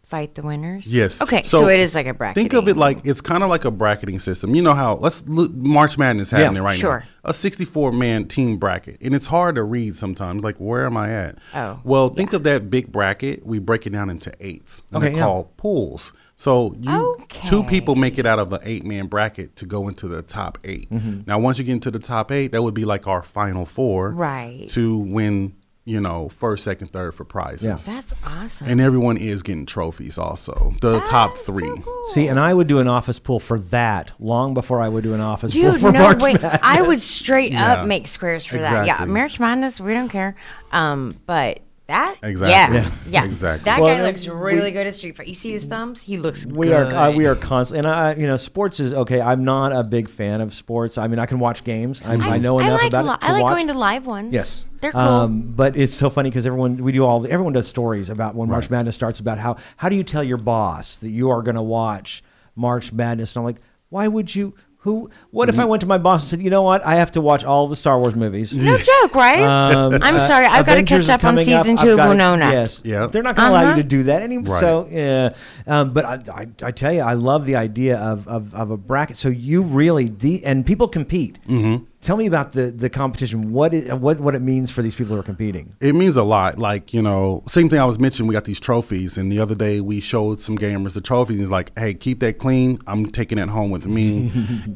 B: fight the winners.
D: Yes.
B: Okay. So, it is like a bracket.
D: Think of it like it's kind of like a bracketing system. You know how let's look, March Madness happening right
B: sure.
D: now. A 64 man team bracket, and it's hard to read sometimes. Like where am I at?
B: Oh,
D: well, think of that big bracket. We break it down into eights, and
A: Okay,
D: they're
A: yeah.
D: called pools. So you two
B: Okay.
D: people make it out of an eight man bracket to go into the top 8
B: Mm-hmm.
D: Now, once you get into the top eight, that would be like our final four,
B: Right.
D: To win, you know, first, second, third for prizes.
A: Yeah.
B: That's awesome.
D: And everyone is getting trophies also. The top
B: That's so
D: three.
B: cool.
A: See, and I would do an office pool for that long before I would do an office pool
B: Dude,
A: for
B: no
A: March
B: wait.
A: Madness.
B: I would straight up make squares for that. Yeah,
D: Exactly.
B: marriage madness, we don't care. Um, but that
D: Exactly.
B: Yeah,
D: Yeah.
B: yeah.
D: Exactly.
B: That
A: Well,
B: guy looks
A: we-
B: really good at street fight. You see his thumbs? He looks.
A: We
B: good.
A: are uh, we are constantly, and I you know sports is okay. I'm not a big fan of sports. I mean, I can watch games. I, I, know enough
B: like
A: about
B: li-
A: it. To
B: I like
A: watch. Um,
B: going to live ones.
A: Yes,
B: they're cool.
A: but it's so funny because everyone we do all everyone does stories about when March Madness starts about how how do you tell your boss that you are going to watch March Madness? And I'm like, why would you? Who? What if I went to my boss and said, you know what? I have to watch all the Star Wars movies.
B: no joke, right? I'm sorry, I've got
A: um, uh,
B: to
A: Avengers
B: catch
A: is
B: up on
A: coming
B: season
A: I've
B: two of
A: gotta-
B: Winona.
A: Yes,
D: Yeah.
A: They're not going to allow
B: Uh-huh.
A: you to do that anymore.
D: Right.
A: So, yeah. Um, but I, I, I tell you, I love the idea of, of, of a bracket. So you really de- and people compete. Mm-hmm. Tell me about the the competition. What is what what it means for these people who are competing?
D: It means a lot. Like, you know, same thing I was mentioning, we got these trophies. And the other day we showed some gamers the trophies. And he's like, hey, keep that clean. I'm taking it home with me.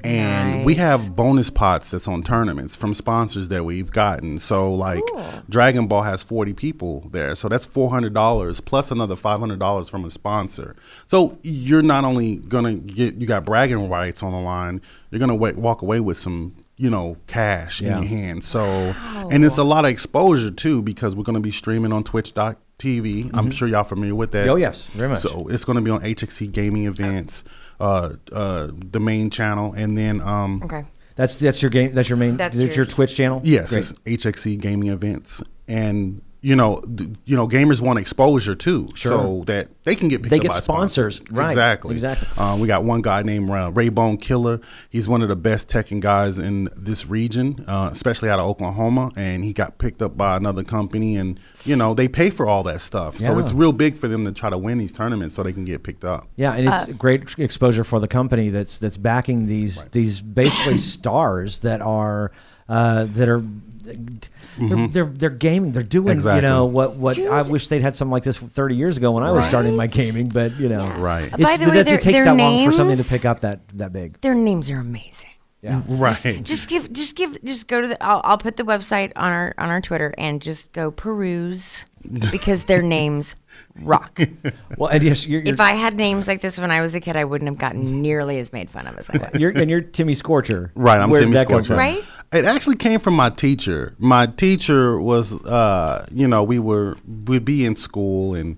D: and we
B: Nice.
D: have bonus pots that's on tournaments from sponsors that we've gotten. So, like, Dragon Ball has 40 people there. So that's $400 plus another $500 from a sponsor. So you're not only going to get, you got bragging rights on the line, you're going to wa- walk away with some. You know, cash in
A: Yeah.
D: your hand. So, and it's a lot of exposure too because we're going to be streaming on Twitch.tv. I'm sure y'all familiar with that.
A: Mm-hmm. Oh, yes, very much.
D: So it's going to be on HXC Gaming Events, uh, uh, the main channel, and then um,
B: Okay.
A: That's that's your game. That's your main.
B: That's
A: That's,
B: yours.
A: your Twitch channel.
D: Yes,
A: Great.
D: it's HXE Gaming Events, and you know, th- you know, gamers want exposure too, so
A: Sure.
D: that they can get picked
A: They
D: up
A: get
D: by
A: sponsors, right,
D: Exactly,
A: exactly.
D: Um, we got one guy named uh, Raybone Killer. He's one of the best Tekken guys in this region, uh, especially out of Oklahoma, and he got picked up by another company, and you know, they pay for all that stuff, so
A: Yeah.
D: it's real big for them to try to win these tournaments so they can get picked up.
A: Yeah, and
B: Uh.
A: it's great exposure for the company that's that's backing these these basically stars that are uh, that are they're, they're they're gaming. They're doing
D: Mm-hmm. Exactly.
A: you know what what I
B: Dude.
A: wish they'd had something like this 30 years ago when I was
D: Right.
A: starting my gaming. But you know,
B: Yeah.
D: Right.
A: It's,
B: By the way,
A: that's-
B: their-
A: it takes
B: their
A: that long for something to
B: names-
A: pick up that that big.
B: Their names are amazing.
A: Yeah.
D: Right.
B: Just give, just give, just go to the. I'll, I'll put the website on our on our Twitter and just go peruse because their names rock.
A: Well, and yes, you're, you're,
B: If I had names like this when I was a kid, I wouldn't have gotten nearly as made fun of as I was.
A: you're and you're Timmy Scorcher.
D: Right, I'm
A: Where did
D: Timmy
A: that come
D: Scorcher.
A: from?
B: Right?
D: It actually came from my teacher. My teacher was, uh, you know, we were we'd be in school, and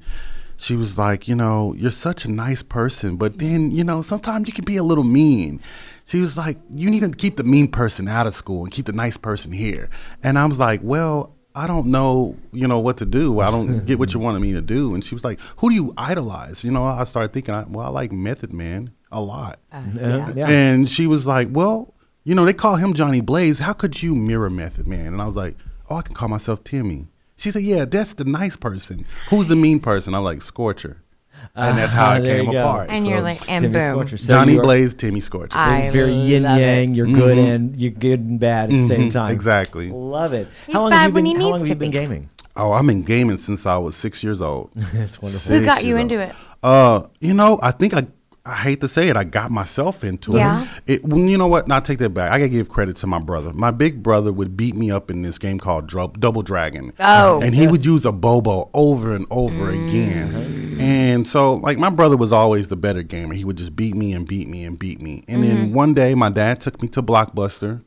D: she was like, you know, you're such a nice person, but then you know, sometimes you can be a little mean. She was like, you need to keep the mean person out of school and keep the nice person here. And I was like, well. I don't know, you know, what to do. I don't get what you wanted me to do. And she was like, "Who do you idolize?" You know, I started thinking, I, well, I like Method Man a lot.
A: Uh, yeah.
D: And she was like, Well, you know, they call him Johnny Blaze. How could you mirror Method Man? And I was like, Oh, I can call myself Timmy. She said, Yeah, that's the nice person. Who's the mean person? I'm like, Scorcher. And that's how
A: Ah,
D: it
A: there
D: came
A: you go.
D: apart.
B: And
D: So,
B: you're like, and
A: Timmy
B: boom.
A: Scorcher. So
D: Johnny Mm-hmm.
A: you are Ah,
D: Blaze, Timmy Scorcher.
B: I
A: Very yin
B: love it.
A: yang. You're good and you're good and bad at the same time.
D: Mm-hmm. exactly.
A: Love it.
B: He's
A: how long
B: bad
A: have you
B: when
A: been?
B: he
A: how long
B: needs
A: have
B: to
A: you been
B: be.
A: gaming?
D: Oh, I've been gaming since I was six years old.
A: That's wonderful.
B: Who got
D: Six
B: you
D: years
B: into
D: old.
B: it?
D: Uh, you know, I think I. I hate to say it, I got myself into
B: Yeah.
D: it. It, well, you know what? Now take that back. I gotta give credit to my brother. My big brother would beat me up in this game called Dro- Double Dragon.
B: Oh.
D: and he would use a Bobo over and over again. And so, like, my brother was always the better gamer. He would just beat me and beat me and beat me. And then one day, my dad took me to Blockbuster,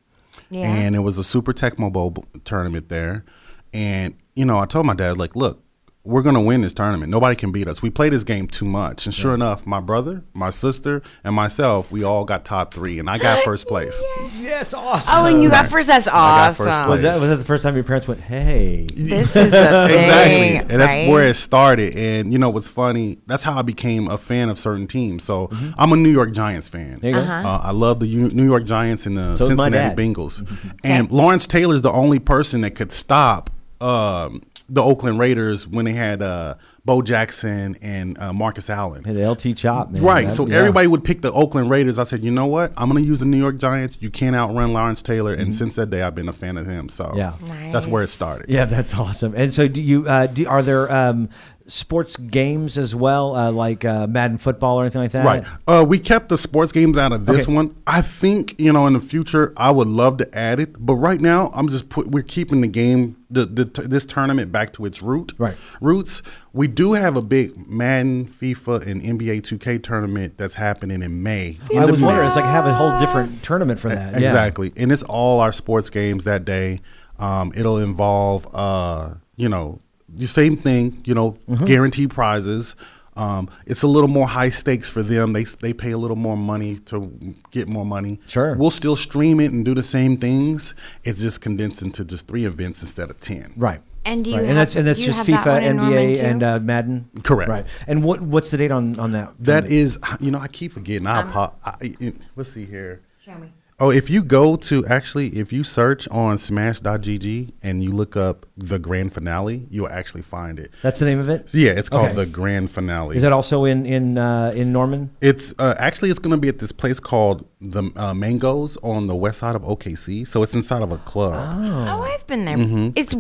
B: Yeah.
D: and it was a Super Tecmo Bowl b- tournament there. And, you know, I told my dad, like, look, we're going to win this tournament. Nobody can beat us. We play this game too much. And sure enough, my brother, my sister, and myself, we all got top three, and I got first place.
A: That's awesome.
B: Oh, and you got first. That's
D: got first
B: awesome.
D: place.
A: Was that was that the first time your parents went, "Hey"?
B: This is the thing.
D: Exactly. And that's
B: right?
D: where it started. And you know what's funny? That's how I became a fan of certain teams. So I'm a New York Giants fan.
A: Mm-hmm. you go.
B: Uh-huh.
D: Uh, I love the U- New York Giants and the
A: So is my
D: Cincinnati
A: dad. Mm-hmm.
D: Bengals. And Lawrence Taylor's the only person that could stop um, the Oakland Raiders when they had uh, Bo Jackson and uh, Marcus Allen.
A: Hey, the LT chop, man.
D: Right.
A: That-
D: so
A: yeah.
D: everybody would pick the Oakland Raiders. I said, you know what? I'm going to use the New York Giants. You can't outrun Lawrence Taylor. And since that day, I've been a fan of him. So
A: Mm-hmm. Yeah.
D: that's where it
B: Nice.
D: started.
A: Yeah, that's awesome. And so, do you? Uh, do, are there um, sports games as well, uh, like uh, Madden football or anything like that?
D: Right. Uh, we kept the sports games out of this
A: Okay.
D: one. I think you know in the future I would love to add it, but right now I'm just put. We're keeping the game, the, the t- this tournament back to its root.
A: Right.
D: Roots. We do have a big Madden, FIFA, and NBA 2K tournament that's happening in May.
A: I
D: End
A: was
D: of May.
A: wondering, it's like have a whole different tournament for that. Yeah.
D: E-, Exactly. And it's all our sports games that day. Um, it'll involve, uh, you know, the same thing, you know,
A: Mm-hmm.
D: guaranteed prizes. Um, it's a little more high stakes for them. They, they pay a little more money to get more money.
A: Sure.
D: We'll still stream it and do the same things. It's just condensed into just three events instead of 10.
A: Right.
B: And do you
A: right.
B: have-
A: and that's and that's
B: you
A: just
B: have that
A: FIFA,
B: one in Norman,
A: NBA,
B: too?
A: and uh, Madden.
D: Correct.
A: Right. And what what's the date on on that?
D: That is, you know, I keep forgetting. I, apo- I, I- let's see here.
B: Show me.
D: Oh, if you go to actually, if you search on smash.gg and you look up the grand finale, you'll actually find it.
A: That's the name of it.
D: So, yeah, it's called
A: Okay.
D: the grand finale.
A: Is that also in in uh, in Norman?
D: it's uh, actually it's going to be at this place called the uh, Mangoes on the west side of OKC. So it's inside of a club.
A: Ah.
B: Oh, I've been there. It's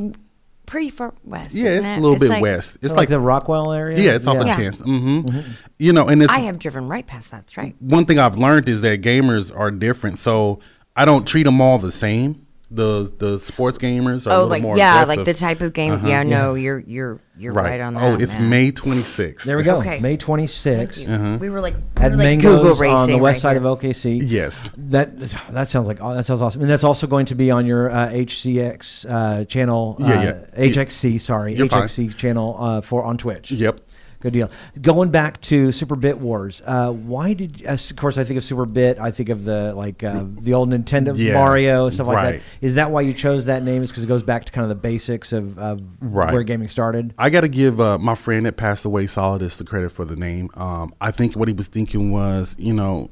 B: pretty far west.
D: Mm-hmm. yeah, it's
B: isn't
D: a
B: it?
D: little bit
B: like-
D: west. It's
A: Oh, Like,
D: like,
A: the Rockwell area?
D: yeah, it's off of
B: Yeah.
D: 10th. hmm
A: Mm-hmm.
D: You know, and it's
B: I have driven right past that stripe.
D: one thing I've learned is that gamers are different. So I don't treat them all the same. The the sports gamers are a
B: Oh,
D: little
B: like
D: more
B: yeah,
D: aggressive. Uh-huh.
B: like the type of game. Yeah, no, you're you're you're right, on that.
D: Oh, it's
B: man.
D: May 26th.
A: There we go.
B: Okay.
A: May 26th
B: We were like, we
A: at
B: were like
A: Mango's
B: Google racing
A: on the
B: right
A: west side
B: here.
A: of OKC.
D: Yes.
A: That that sounds like oh, that sounds awesome, and that's also going to be on your uh, HCX uh, channel.
D: Yeah,
A: uh,
D: yeah.
A: HXC, sorry,
D: You're fine.
A: HXC channel uh, for on Twitch.
D: Yep.
A: Good deal. Going back to Super Bit Wars, uh, why did? As, of course, I think of Super Bit. I think of the like uh, the old Nintendo
D: Yeah,
A: Mario stuff like
D: right.
A: that. Is that why you chose that name? Is because it goes back to kind of the basics of, of
D: Right.
A: where gaming started.
D: I got to give uh, my friend that passed away, Solidus, the credit for the name. Um, I think what he was thinking was, you know,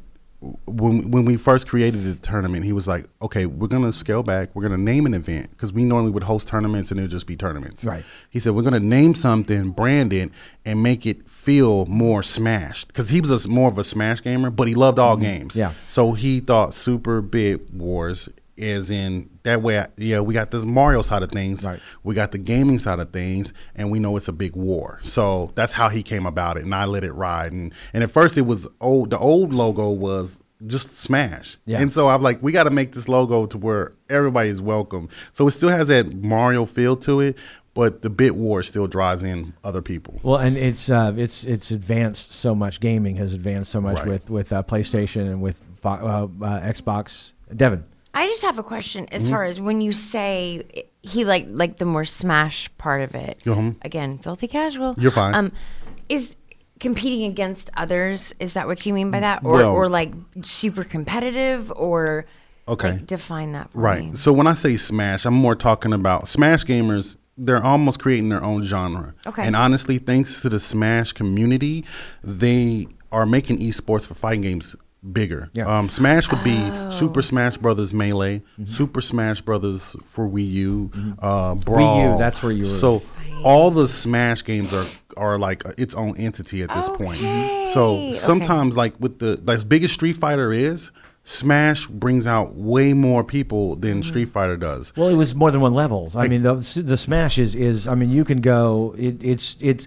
D: when when we first created the tournament, he was like, okay, we're gonna scale back. We're gonna name an event because we normally would host tournaments and it'd just be tournaments.
A: Right.
D: He said we're gonna name something, brand it, and make it feel more smashed because he was a s
A: Mm-hmm.
D: more of a smash gamer, but he loved all games.
A: Yeah.
D: So he thought Super Bit Wars is in that way. I- Yeah, we got this Mario side of things,
A: Right.
D: we got the gaming side of things, and we know it's a big war. So that's how he came about it, and I let it ride. And and at first it was old. The old logo was just Smash,
A: Yeah.
D: and so I'm like, we got to make this logo to where everybody's welcome. So it still has that Mario feel to it. But the bit war still draws in other people.
A: Well, and it's uh, it's it's advanced so much. Gaming has advanced so much
D: Right.
A: with with uh, PlayStation and with Fo- uh, uh, Xbox. Devin,
B: I just have a question as far as when you say he like like the more smash part of it.
D: Mhm.
B: Again, filthy casual.
D: You're fine.
B: Um, is competing against others? Is that what you mean by that, or
D: Well-
B: or like super competitive, or
D: Okay.
B: like, define that for me.
D: Right. So when I say smash, I'm more talking about smash gamers. They're almost creating their own genre.
B: Okay.
D: And honestly, thanks to the smash community, they are making esports for fighting games bigger.
A: Yeah. Mm-hmm.
D: Um, smash would be
B: Oh.
D: Super Smash Brothers Melee, Super Smash Brothers for Wii U, uh, Brawl.
A: that's where you were-
D: So all the smash games are are like its own entity at this point. So
B: Okay.
D: sometimes like with the like as big as Street Fighter is, Smash brings out way more people than
B: Mm-hmm.
D: Street Fighter does.
A: Well, it was more than one levels. I mean, the, the Smash is, is I mean, you can go. It, it's it's.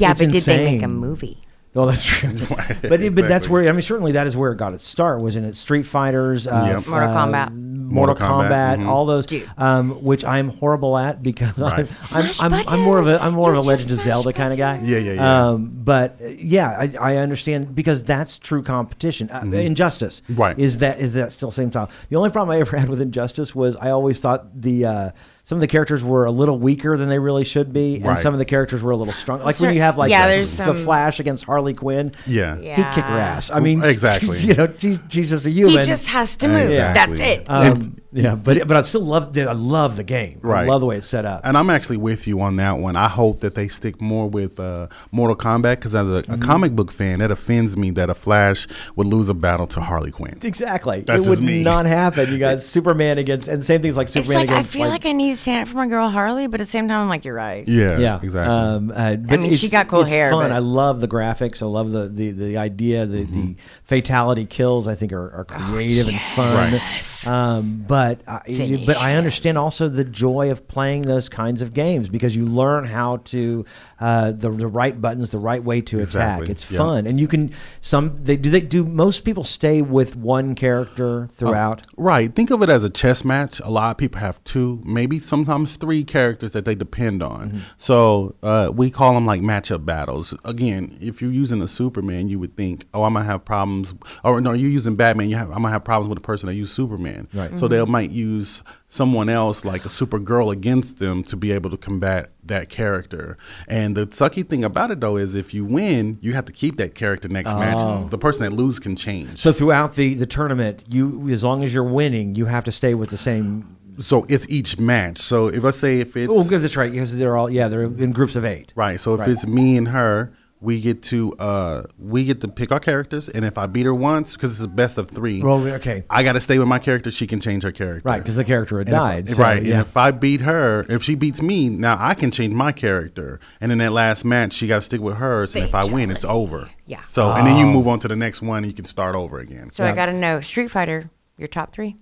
B: Yeah,
A: it's
B: but did they make a
A: insane.
B: movie?
A: Well, that's true. but it, but that's
D: Exactly.
A: where I mean, certainly that is where it got its start. Was in its Street Fighters, uh,
D: Yep.
A: f-
B: Mortal
A: uh,
B: Kombat.
A: Mortal
D: Mortal
A: Kombat,
D: Kombat, mhm.
A: all those,
B: Dude.
A: um, which I'm horrible at because
D: Right.
A: I'm,
B: Smash
A: I'm, I'm I'm more of a I'm more of
B: buttons.
A: a Legend of
B: You're just
A: Zelda kind of guy.
B: smashing
D: Yeah, yeah, yeah.
A: Um, but uh, yeah, I, I understand because that's true competition. Uh, Injustice,
D: Mm-hmm. Right.
A: Is that is that still same style? The only problem I ever had with Injustice was I always thought the uh, some of the characters were a little weaker than they really should be, and
D: Right.
A: some of the characters were a little strong. Like
B: Sure.
A: when you have like
B: Yeah,
A: the,
B: there's
A: the
B: some-
A: Flash against Harley Quinn,
D: Yeah.
B: Yeah.
A: he'd kick her ass. I mean,
D: Exactly.
A: You know, she's, she's just a
B: He
A: human.
B: just has to move. That's
D: Exactly.
B: it.
D: Uh,
A: um, yeah, but but I still love the, I love the game. I
D: Right.
A: love the way it's set up.
D: And I'm actually with you on that one. I hope that they stick more with uh, Mortal Kombat because as a, a
B: Mm-hmm.
D: comic book fan, that offends me that a Flash would lose a battle to Harley Quinn.
A: Exactly.
D: That's
A: it would
D: just me.
A: not happen. You got Superman against, and same things like
B: it's
A: Superman
B: like I
A: against.
B: feel like, I need to stand up for my girl Harley, but at the same time I'm like you're right.
D: Yeah,
A: yeah,
D: exactly.
A: Um, uh, but
B: mean, she
A: it's-
B: got cool
A: it's
B: hair,
A: Fun.
B: but-
A: I love the graphics. I love the the, the idea. The,
D: Mm-hmm.
A: the fatality kills. I think are, are
B: Oh,
A: creative and fun. Um, but I,
B: Finish
A: but I
B: him.
A: understand also the joy of playing those kinds of games because you learn how to uh, the the right buttons, the right way to attack.
D: Exactly.
A: It's
D: Yeah.
A: fun, and you can some they do they do most people stay with one character throughout.
D: Right. Think of it as a chess match. A lot of people have two, maybe sometimes three characters that they depend on. So uh, we call them like matchup battles. Again, if you're using a Superman, you would think, oh, I'm going to have problems. Or no, you're using Batman, you have, I'm going to have problems with a person that used Superman. Right. So they might use someone else, like a Supergirl, against them to be able to combat that character. And the sucky thing about it, though, is if you win, you have to keep that character next match. The person that loses can change.
A: So throughout the the tournament, you as long as you're winning, you have to stay with the same.
D: So it's each match. So if I say if it's
A: Oh, good, that's right. Because they're all yeah, they're in groups of eight.
D: right, so if it's me and her, we get to uh we get to pick our characters, and if I beat her once, because it's a best of three.
A: Well, okay,
D: I got to stay with my character. She can change her character.
A: right, because the character had
D: And if-
A: died. so,
D: right.
A: Yeah.
D: And if I beat her, if she beats me, now I can change my character. And in that last match, she got to stick with hers. And if I win, it's over.
B: Yeah.
D: So, and then
A: Oh.
D: you move on to the next one and you can start over again.
B: So I got to know Street Fighter, your top three.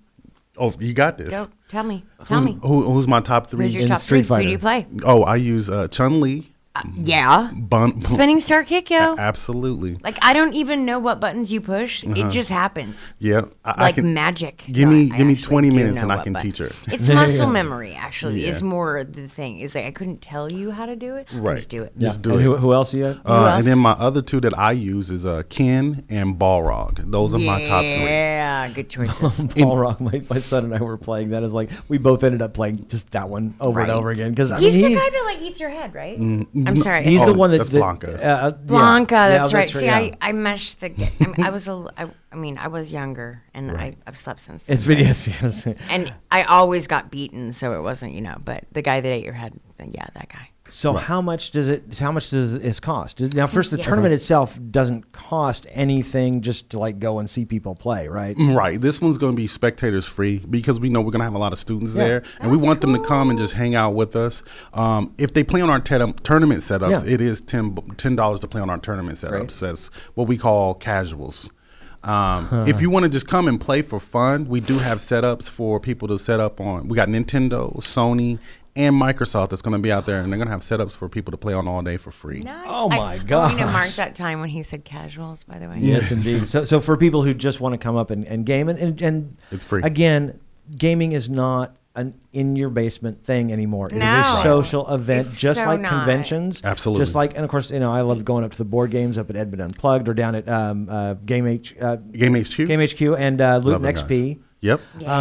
D: Oh, you got this.
B: Go tell me, tell me.
D: Who, who's my top three?
B: Who's your
A: in
B: top
A: Street
B: three? Who do you play?
D: oh, I use uh, Chun Li,
B: Yeah,
D: Bun.
B: spinning star kick,
D: Uh,
B: yo.
D: Absolutely.
B: Like I don't even know what buttons you push. It just happens.
D: Yeah. I, Uh-huh. I
B: like
D: can,
B: magic.
D: give me-
B: I
D: give me
B: actually
D: 20
B: do
D: minutes
B: know
D: and I
B: what
D: can
B: button-
D: teach her.
B: It's muscle memory, actually.
D: Yeah.
B: Is more the thing. Is like I couldn't tell you how to do it. I
D: Right.
B: Just do it.
A: Yeah.
D: Just do
A: and
D: it.
A: Who, who else you? got?
D: Uh,
B: else?
D: and then my other two that I use is uh, Ken and Balrog. Those are my top three.
B: Yeah, good choices.
A: Paul Rock, my, my son and I were playing that. Is like we both ended up playing just that one over and
B: Right.
A: over again because I
B: he's
A: mean
B: the
A: he's,
B: guy that like eats your head, right?
D: Mm,
B: I'm sorry.
A: he's the
D: Oh,
A: one that
D: that's
A: that-
D: Blanca.
A: uh, yeah.
B: Blanca,
A: Yeah,
B: that's, right. See,
A: yeah.
B: I, I meshed the. I, mean, I was a. l- I, I mean, I was younger, and I, I've slept since.
A: It's been yes, yes.
B: and I always got beaten, so it wasn't, you know. But the guy that ate your head, yeah, that guy.
A: So how much does it? How much does it cost? Does- Now, first, the
B: Yes.
A: tournament itself doesn't cost anything just to like go and see people play, right?
D: Right. This one's going to be spectators free because we know we're going to have a lot of students
A: Yeah. Oh,
D: there, and we want them to come and just hang out with us. Um, if they play on our te- tournament setups,
A: Yeah.
D: it is ten dollars to play on our tournament setups. That's what we call casuals. Um, If you want to just come and play for fun, we do have setups for people to set up on. We got Nintendo, Sony, and Microsoft that's going to be out there, and they're going to have setups for people to play on all day for free.
B: Nice.
A: Oh, my
B: I, I want to
A: gosh.
B: mark that time when he said casuals. By the way,
A: Yes, indeed. So, so for people who just want to come up and, and game, and, and, and
D: It's free.
A: Again, gaming is not an in your basement thing anymore. It is
B: No.
A: a social event,
B: It's
A: just
B: so
A: like
B: not.
A: conventions.
D: Absolutely.
A: Just like, and of course, you know, I love going up to the board games up at Edmund Unplugged or down at um, uh, Game H, uh,
D: Game HQ.
A: Game HQ and uh,
D: Love
A: Luton
D: them guys.
A: XP.
D: Yep.
B: Yeah.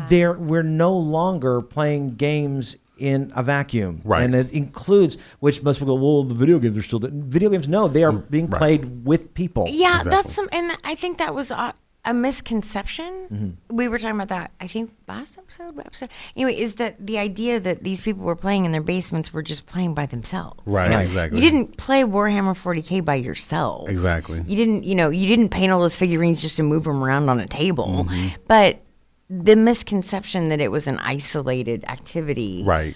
A: Um, there, we're no longer playing games in a vacuum,
D: Right.
A: And it includes which most people go, well, the video games are still d-" video games. No, they are being
D: Mm, right.
A: played with people.
B: Yeah,
D: Exactly.
B: that's some, and I think that was a, a misconception.
D: Mm-hmm.
B: We were talking about that. I think last episode, what episode. Anyway, is that the idea that these people were playing in their basements were just playing by themselves?
D: Right,
B: You know,
D: exactly.
B: You didn't play Warhammer 40k by yourself.
D: Exactly.
B: You didn't, you know, you didn't paint all those figurines just to move them around on a table,
D: Mm-hmm.
B: but. The misconception that it was an isolated activity,
D: Right.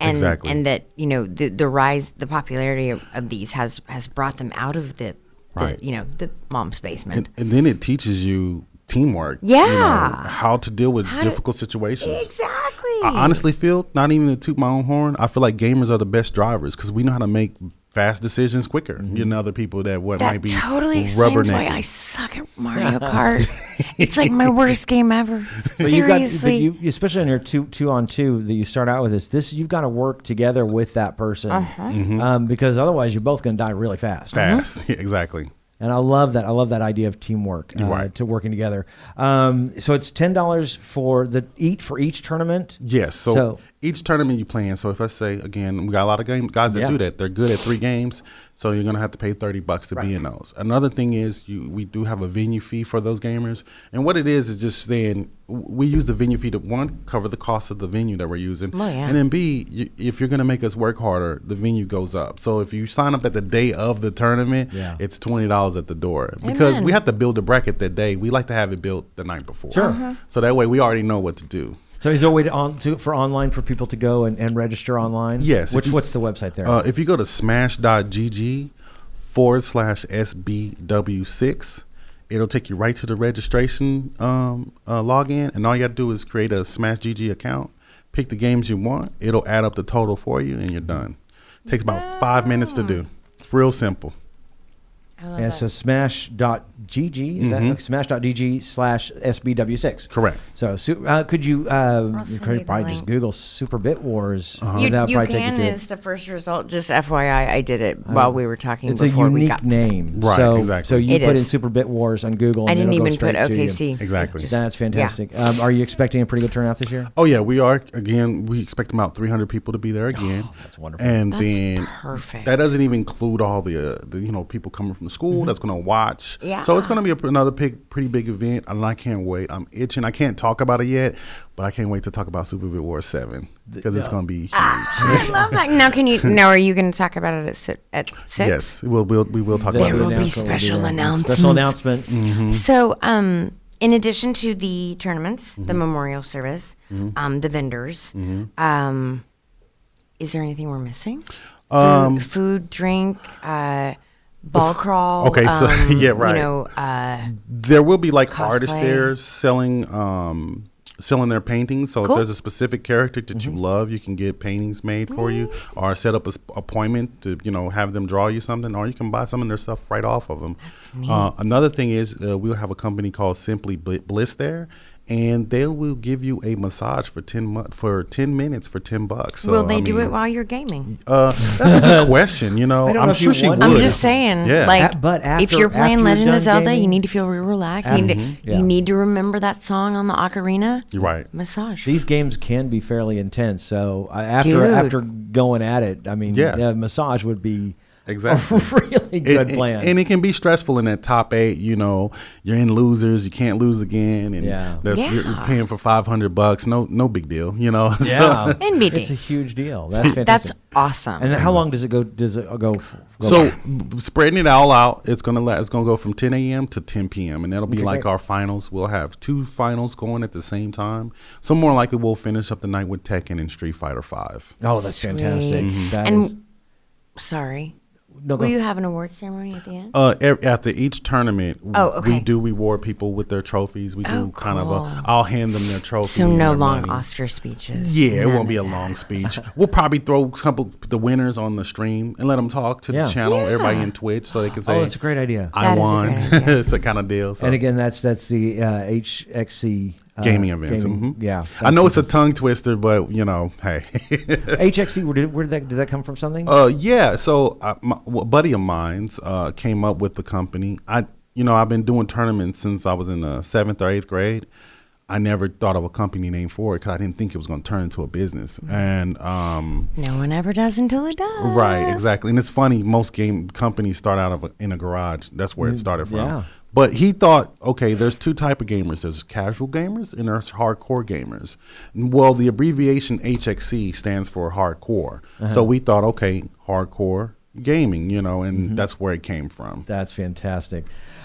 B: and
D: exactly.
B: and that you know the the rise the popularity of, of these has has brought them out of the, the,
D: Right.
B: you know the mom's basement
D: and, and then it teaches you teamwork. you
B: Yeah.
D: know, how to deal with
B: to-
D: difficult situations.
B: exactly
D: I honestly feel, not even to toot my own horn, I feel like gamers are the best drivers because we know how to make fast decisions quicker than other people that what
B: Mm-hmm. that
D: might be
B: totally
D: rubber
B: explains why I
D: naked.
B: suck at Mario Kart it's like my worst game ever
A: But you got, but
B: seriously
A: you, especially on your two two on two that you start out with this. This you've got to work together with that person um, because otherwise you're both going to die really fast.
D: Mm-hmm. Fast, Yeah, exactly.
A: And I love that. I love that idea of teamwork uh,
D: Right.
A: to working together. Um, so it's ten dollars for the eat for each tournament.
D: Yes. So,
A: So-
D: each tournament you play in. So if I say again, we got a lot of game guys that
A: Yeah.
D: do that. They're good at three games. So you're gonna have to pay thirty bucks to be in those. Another thing is you we do have a venue fee for those gamers. And what it is is just saying w- we use the venue fee to one cover the cost of the venue that we're using,
B: Oh, yeah.
D: and then B, you, if you're gonna make us work harder, the venue goes up. So if you sign up at the day of the tournament,
A: Yeah.
D: it's twenty dollars at the door because we
B: Amen.
D: have to build a bracket that day. We like to have it built the night before,
A: Sure. Mhm.
D: So that way we already know what to do.
A: So is there a way to on to, for online for people to go and, and register online?
D: Yes, if
A: Which
D: you-
A: what's the website there?
D: Uh, if you go to smash.gg forward slash SBW6, it'll take you right to the registration um, uh, login. And all you got to do is create a Smash GG account, pick the games you want, it'll add up the total for you, and you're done. Takes about five minutes to do.
A: Ah.
D: It's real simple.
B: I love
A: and
B: that.
A: so smash.gg is that smash.gg slash sbw6
D: Mm-hmm. Correct.
A: so su- uh, could you uh,
B: I'll send
A: could
B: you the
A: probably just
B: link.
A: google super bit wars uh
D: Uh-huh.
B: you, you can it's the first result just FYI I did it while we were talking
A: Oh. it's a
B: before we
A: unique
B: got to that.
A: name
D: Right,
A: so,
D: exactly.
A: so you
B: It
A: put in
B: is.
A: super bit wars on google and
B: I didn't
A: it'll go
B: even put
A: straight to you.
B: OKC
D: Exactly.
A: that's fantastic um, are you expecting a pretty good turnout this year
D: Oh yeah, we are again. We expect about 300 people to be there again.
A: that's wonderful.
D: And
B: That's
D: then
B: perfect.
D: That doesn't even include all the, uh, the you know people coming from school that's going to watch.
B: Mm-hmm. Yeah.
D: So it's going to be a, pr- another big, pretty big event, and I can't wait. I'm itching. I can't talk about it yet, but I can't wait to talk about Super Bit War Seven because it's going to be huge.
B: I love that now can you now are you going to talk about it at si- at six
D: yes, we'll, we'll we will talk
A: They'll
D: about
B: There
A: do
D: it.
A: an
B: will
A: announcement when
B: be
A: we do
B: special
A: that.
B: announcements.
A: special announcements
D: Mm. Mm-hmm.
B: So, um, in addition to the tournaments,
D: Mm-hmm.
B: the memorial service, um, the vendors, um, is there anything we're missing? Um, food, food, drink, uh, ball crawl.
D: okay, so-
B: um,
D: yeah, right.
B: You know, uh,
D: there will be like artists
B: Cosplay.
D: there selling um selling their paintings so
B: Cool. Mm-hmm.
D: if there's a specific character that you love you can get paintings made for you or set up an appointment to you know have them draw you something or you can buy some of their stuff right off of them Uh, another thing is uh, we'll have a company called simply Bl- bliss there and they will give you a massage for 10 mu- for 10 minutes for 10 bucks so
B: will they
D: I
B: do
D: mean,
B: it while you're gaming?
D: uh, that's a good question you know
A: I don't
D: i'm
A: know if
D: sure
A: you
D: she would
A: want to.
B: I'm
A: good.
B: just saying,
D: Yeah.
B: like,
A: At- but after-
B: if you're playing
A: after you're
B: Legend of
A: done
B: Zelda, you
A: gaming-
B: need to feel real relaxed. you, need to,
A: yeah.
B: you need to remember that song on the ocarina.
D: Mm-hmm. you're right
B: Massage.
A: These games can be fairly intense, so uh, after
B: Dude.
A: after going at it, I mean,
D: Yeah.
A: yeah, massage would be
D: Exactly.
A: a really
D: It-
A: good
D: it-
A: plan.
D: And it can be stressful in that top eight. You know, you're in losers. You can't lose again, and
A: Yeah.
D: that's you're, you're
B: Yeah.
D: paying for five hundred bucks. No, no big deal. You know. So-
A: yeah,
B: NBD.
A: it's a huge deal. That's
B: That's
A: fantastic.
B: awesome.
A: and how long does it go? Does it go? f- go
D: So b- spreading it all out, it's gonna la- it's gonna go from 10 a.m. to 10 p.m. and that'll be
A: Okay,
D: like
A: great.
D: our finals. We'll have two finals going at the same time. So more likely we'll finish up the night with Tekken and Street Fighter Five. Mm-hmm.
A: Oh, that's fantastic.
B: Sweet.
A: That
B: And
A: is-
B: sorry,
A: no, go. Oh,
B: Will you have an award ceremony at the end?
D: Uh, e- after each tournament, w-
B: Oh, okay.
D: we do reward people with their trophies. We do
B: Oh,
D: kind of
B: cool.
D: a. I'll hand them their trophy.
B: so
D: and
B: no
D: their
B: long
D: money.
B: Oscar speeches.
D: Yeah, it
B: None
D: won't be
B: of
D: a
B: that.
D: long speech. We'll probably throw a couple the winners on the stream and let them talk to
A: Yeah.
D: the channel, everybody in Twitch, so they can say,
A: oh, that's a great idea.
D: "I
B: That is a
D: won."
B: great idea.
D: it's a kind of deal. So.
A: and again, that's that's the uh, HXC uh,
D: gaming events.
A: gaming-
D: mhm.
A: Yeah,
D: I know it's a tongue twister, but you know, hey.
A: HXC. E, Where did, where did that did that come from? Something?
D: Uh, yeah. So uh, my, a buddy of mine's uh, came up with the company. I, you know, I've been doing tournaments since I was in the seventh or eighth grade. I never thought of a company name for it because I didn't think it was going to turn into a business. And um,
B: No one ever does until it does.
D: right, exactly. And it's funny, most game companies start out of a, in a garage. That's where
B: Mm,
D: it started from.
A: yeah.
D: But he thought, okay, there's two type of gamers. There's casual gamers and there's hardcore gamers. Well, the abbreviation HXC stands for hardcore.
B: Uh-huh.
D: So we thought, okay, hardcore gaming, you know,
B: Mm-hmm.
D: and that's where it came from.
A: That's fantastic.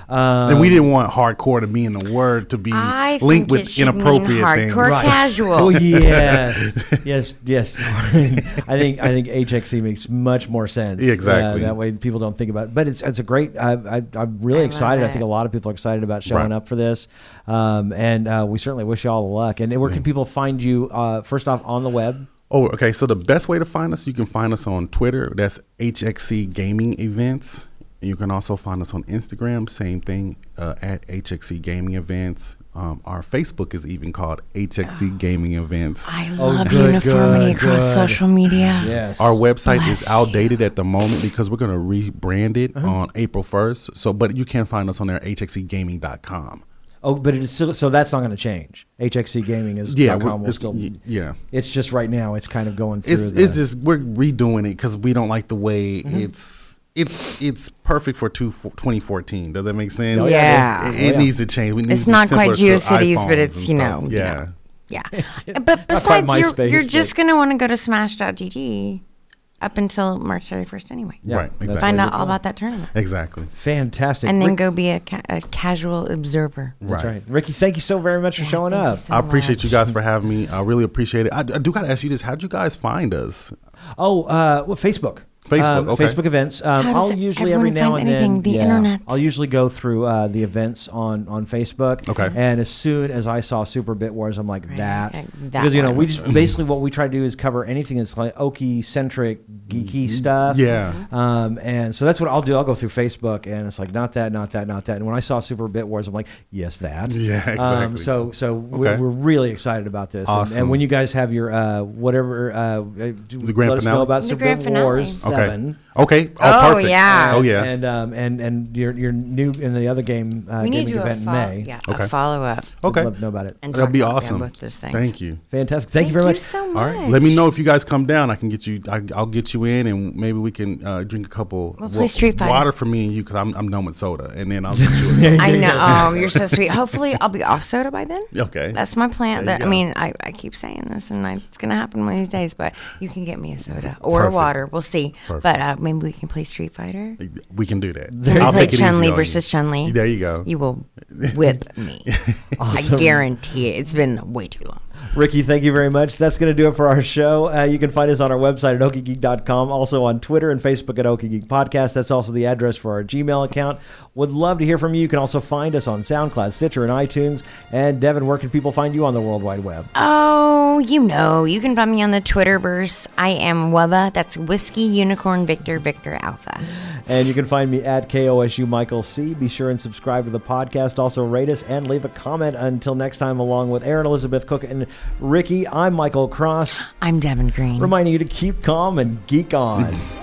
A: Uh,
D: and we didn't want hardcore to be in the word to be
B: Um, I
D: linked
B: think it
D: with
B: should mean
D: inappropriate things.
B: hardcore casual.
A: Oh yes, yes, yes. I think I think HXC makes much more sense. uh,
D: Yeah, exactly.
A: that way people don't think about. It. But it's it's a great. I, I, I'm really
B: I love
A: excited. I think
B: it.
A: a lot of people are excited about showing
D: Right.
A: up for this, um, and uh, we certainly wish you all the luck. And where can people find you? Uh, first off, on the web.
D: Oh, okay. So the best way to find us, you can find us on Twitter. That's HXC Gaming Events. And you can also find us on Instagram. Same thing uh, at HXC Gaming Events. Um, our Facebook is even called HXC Gaming Events.
B: I
A: Oh,
B: love
A: good,
B: uniformity
A: good,
B: across
A: good.
B: social media.
A: Yes.
D: Our website
B: Bless
D: is outdated at the moment because we're going to rebrand it on April 1st. So, but you can find us on there hxcgaming.com.
A: oh, but it's still, so that's not going to change. HXC Gaming is
D: Yeah,
A: dot
D: we're-
A: com will
D: it's-
A: still.
D: y- yeah.
A: It's just right now. It's kind of going through.
D: it's
A: the,
D: it's just we're redoing it because we don't like the way
B: Mm-hmm.
D: it's it's it's perfect for two, 2014 does that make sense
B: Oh, yeah.
D: it,
A: Yeah.
D: it
A: Oh, yeah.
D: needs to change we need
B: It's
D: to be
B: not quite
D: simpler to
B: GeoCities, but
D: iPhones
B: it's,
D: and
B: you
D: stuff.
B: know, you
D: yeah
B: know. Yeah. but
A: quite
B: besides, you're,
A: MySpace,
B: you're
A: but-
B: just going to want to go to smash.gg up until March 31st anyway.
A: Yeah,
D: right
A: that's
D: exactly
B: Find
A: Very
B: out
A: good
B: all
A: point.
B: about that tournament.
D: exactly
A: fantastic.
B: And then
A: Rick-
B: go be a, ca- a casual observer.
A: That's
D: right,
A: right. Ricky, thank you so very much for
B: Yeah,
A: showing
B: thank you
A: up.
B: so
D: I appreciate
B: much.
D: you guys for having me. I really appreciate it. I, I do gotta ask you this: How'd you guys find us?
A: Oh, uh, well, Facebook.
D: Facebook,
A: Um,
D: okay.
A: Facebook events. Um,
B: How does
A: I'll usually every
B: everyone
A: now
B: find
A: and then.
B: anything? The internet.
A: I'll usually go through uh, the events on on Facebook.
D: Okay.
A: And as soon as I saw Super Bit Wars, I'm like that.
B: like that
A: because you know
B: one.
A: we just basically what we try to do is cover anything that's like Oki centric geeky stuff.
D: Mm-hmm. Yeah.
A: Um, and so that's what I'll do. I'll go through Facebook and it's like not that, not that, not that. And when I saw Super Bit Wars, I'm like yes that.
D: Yeah,
A: Um,
D: exactly.
A: so so we're,
D: Okay.
A: we're really excited about this. And- And,
D: Awesome.
A: when you guys have your uh, whatever uh, the
D: grand
A: let us know
D: finale?
A: about
B: The
A: Super
B: grand
A: Big
B: finale.
A: Wars
D: Okay.
A: Seven.
D: Okay.
B: Oh,
D: Oh, perfect.
B: yeah.
D: Oh yeah.
A: And um, and and your your new in the other game uh,
B: We need
A: gaming
B: to do a,
A: event in
B: fol-
A: May.
B: yeah,
D: Okay.
B: a follow up.
A: I'd
D: okay.
A: love to know about it.
B: And
D: That'll
B: talk
D: be
B: about
D: awesome.
B: Both those things.
D: Thank you.
A: Fantastic. Thank, you very much.
B: so much.
D: All right. Let me know if you guys come down. I can get you. I, I'll get you in, and maybe we can uh, drink a couple
B: We'll play Street Fighter.
D: water for me and you because I'm, I'm done with soda, and then I'll get you. A soda.
B: I know. Oh, you're so sweet. Hopefully, I'll be off soda by then.
D: Okay.
B: That's my plan.
D: There
B: That, I
D: you go.
B: mean, I, I keep saying this, and I, it's going to happen one of these days, but you can get me a soda or
D: Perfect.
B: a water. We'll see.
D: Perfect.
B: But uh, maybe we can play Street Fighter.
D: we can do that.
B: Can we
D: I'll
B: play
D: take it easy
B: Chun Li
D: on you.
B: versus Chun Li.
D: There you go.
B: You will whip me. I guarantee it. It's been way too long.
A: Ricky, thank you very much. That's going to do it for our show. Uh, you can find us on our website at okiegeek.com, also on Twitter and Facebook at Okie Geek Podcast. That's also the address for our Gmail account. Would love to hear from you. You can also find us on SoundCloud, Stitcher, and iTunes. And Devin, where can people find you on the World Wide Web?
B: Oh, you know, you can find me on the Twitterverse. I am Wubba. That's Whiskey Unicorn Victor Victor Alpha.
A: And you can find me at KOSU Michael C. Be sure and subscribe to the podcast. Also, rate us and leave a comment. Until next time, along with Aaron Elizabeth Cook and Ricky, I'm Michael Cross,
B: I'm Devin Green.
A: reminding you to keep calm and geek on.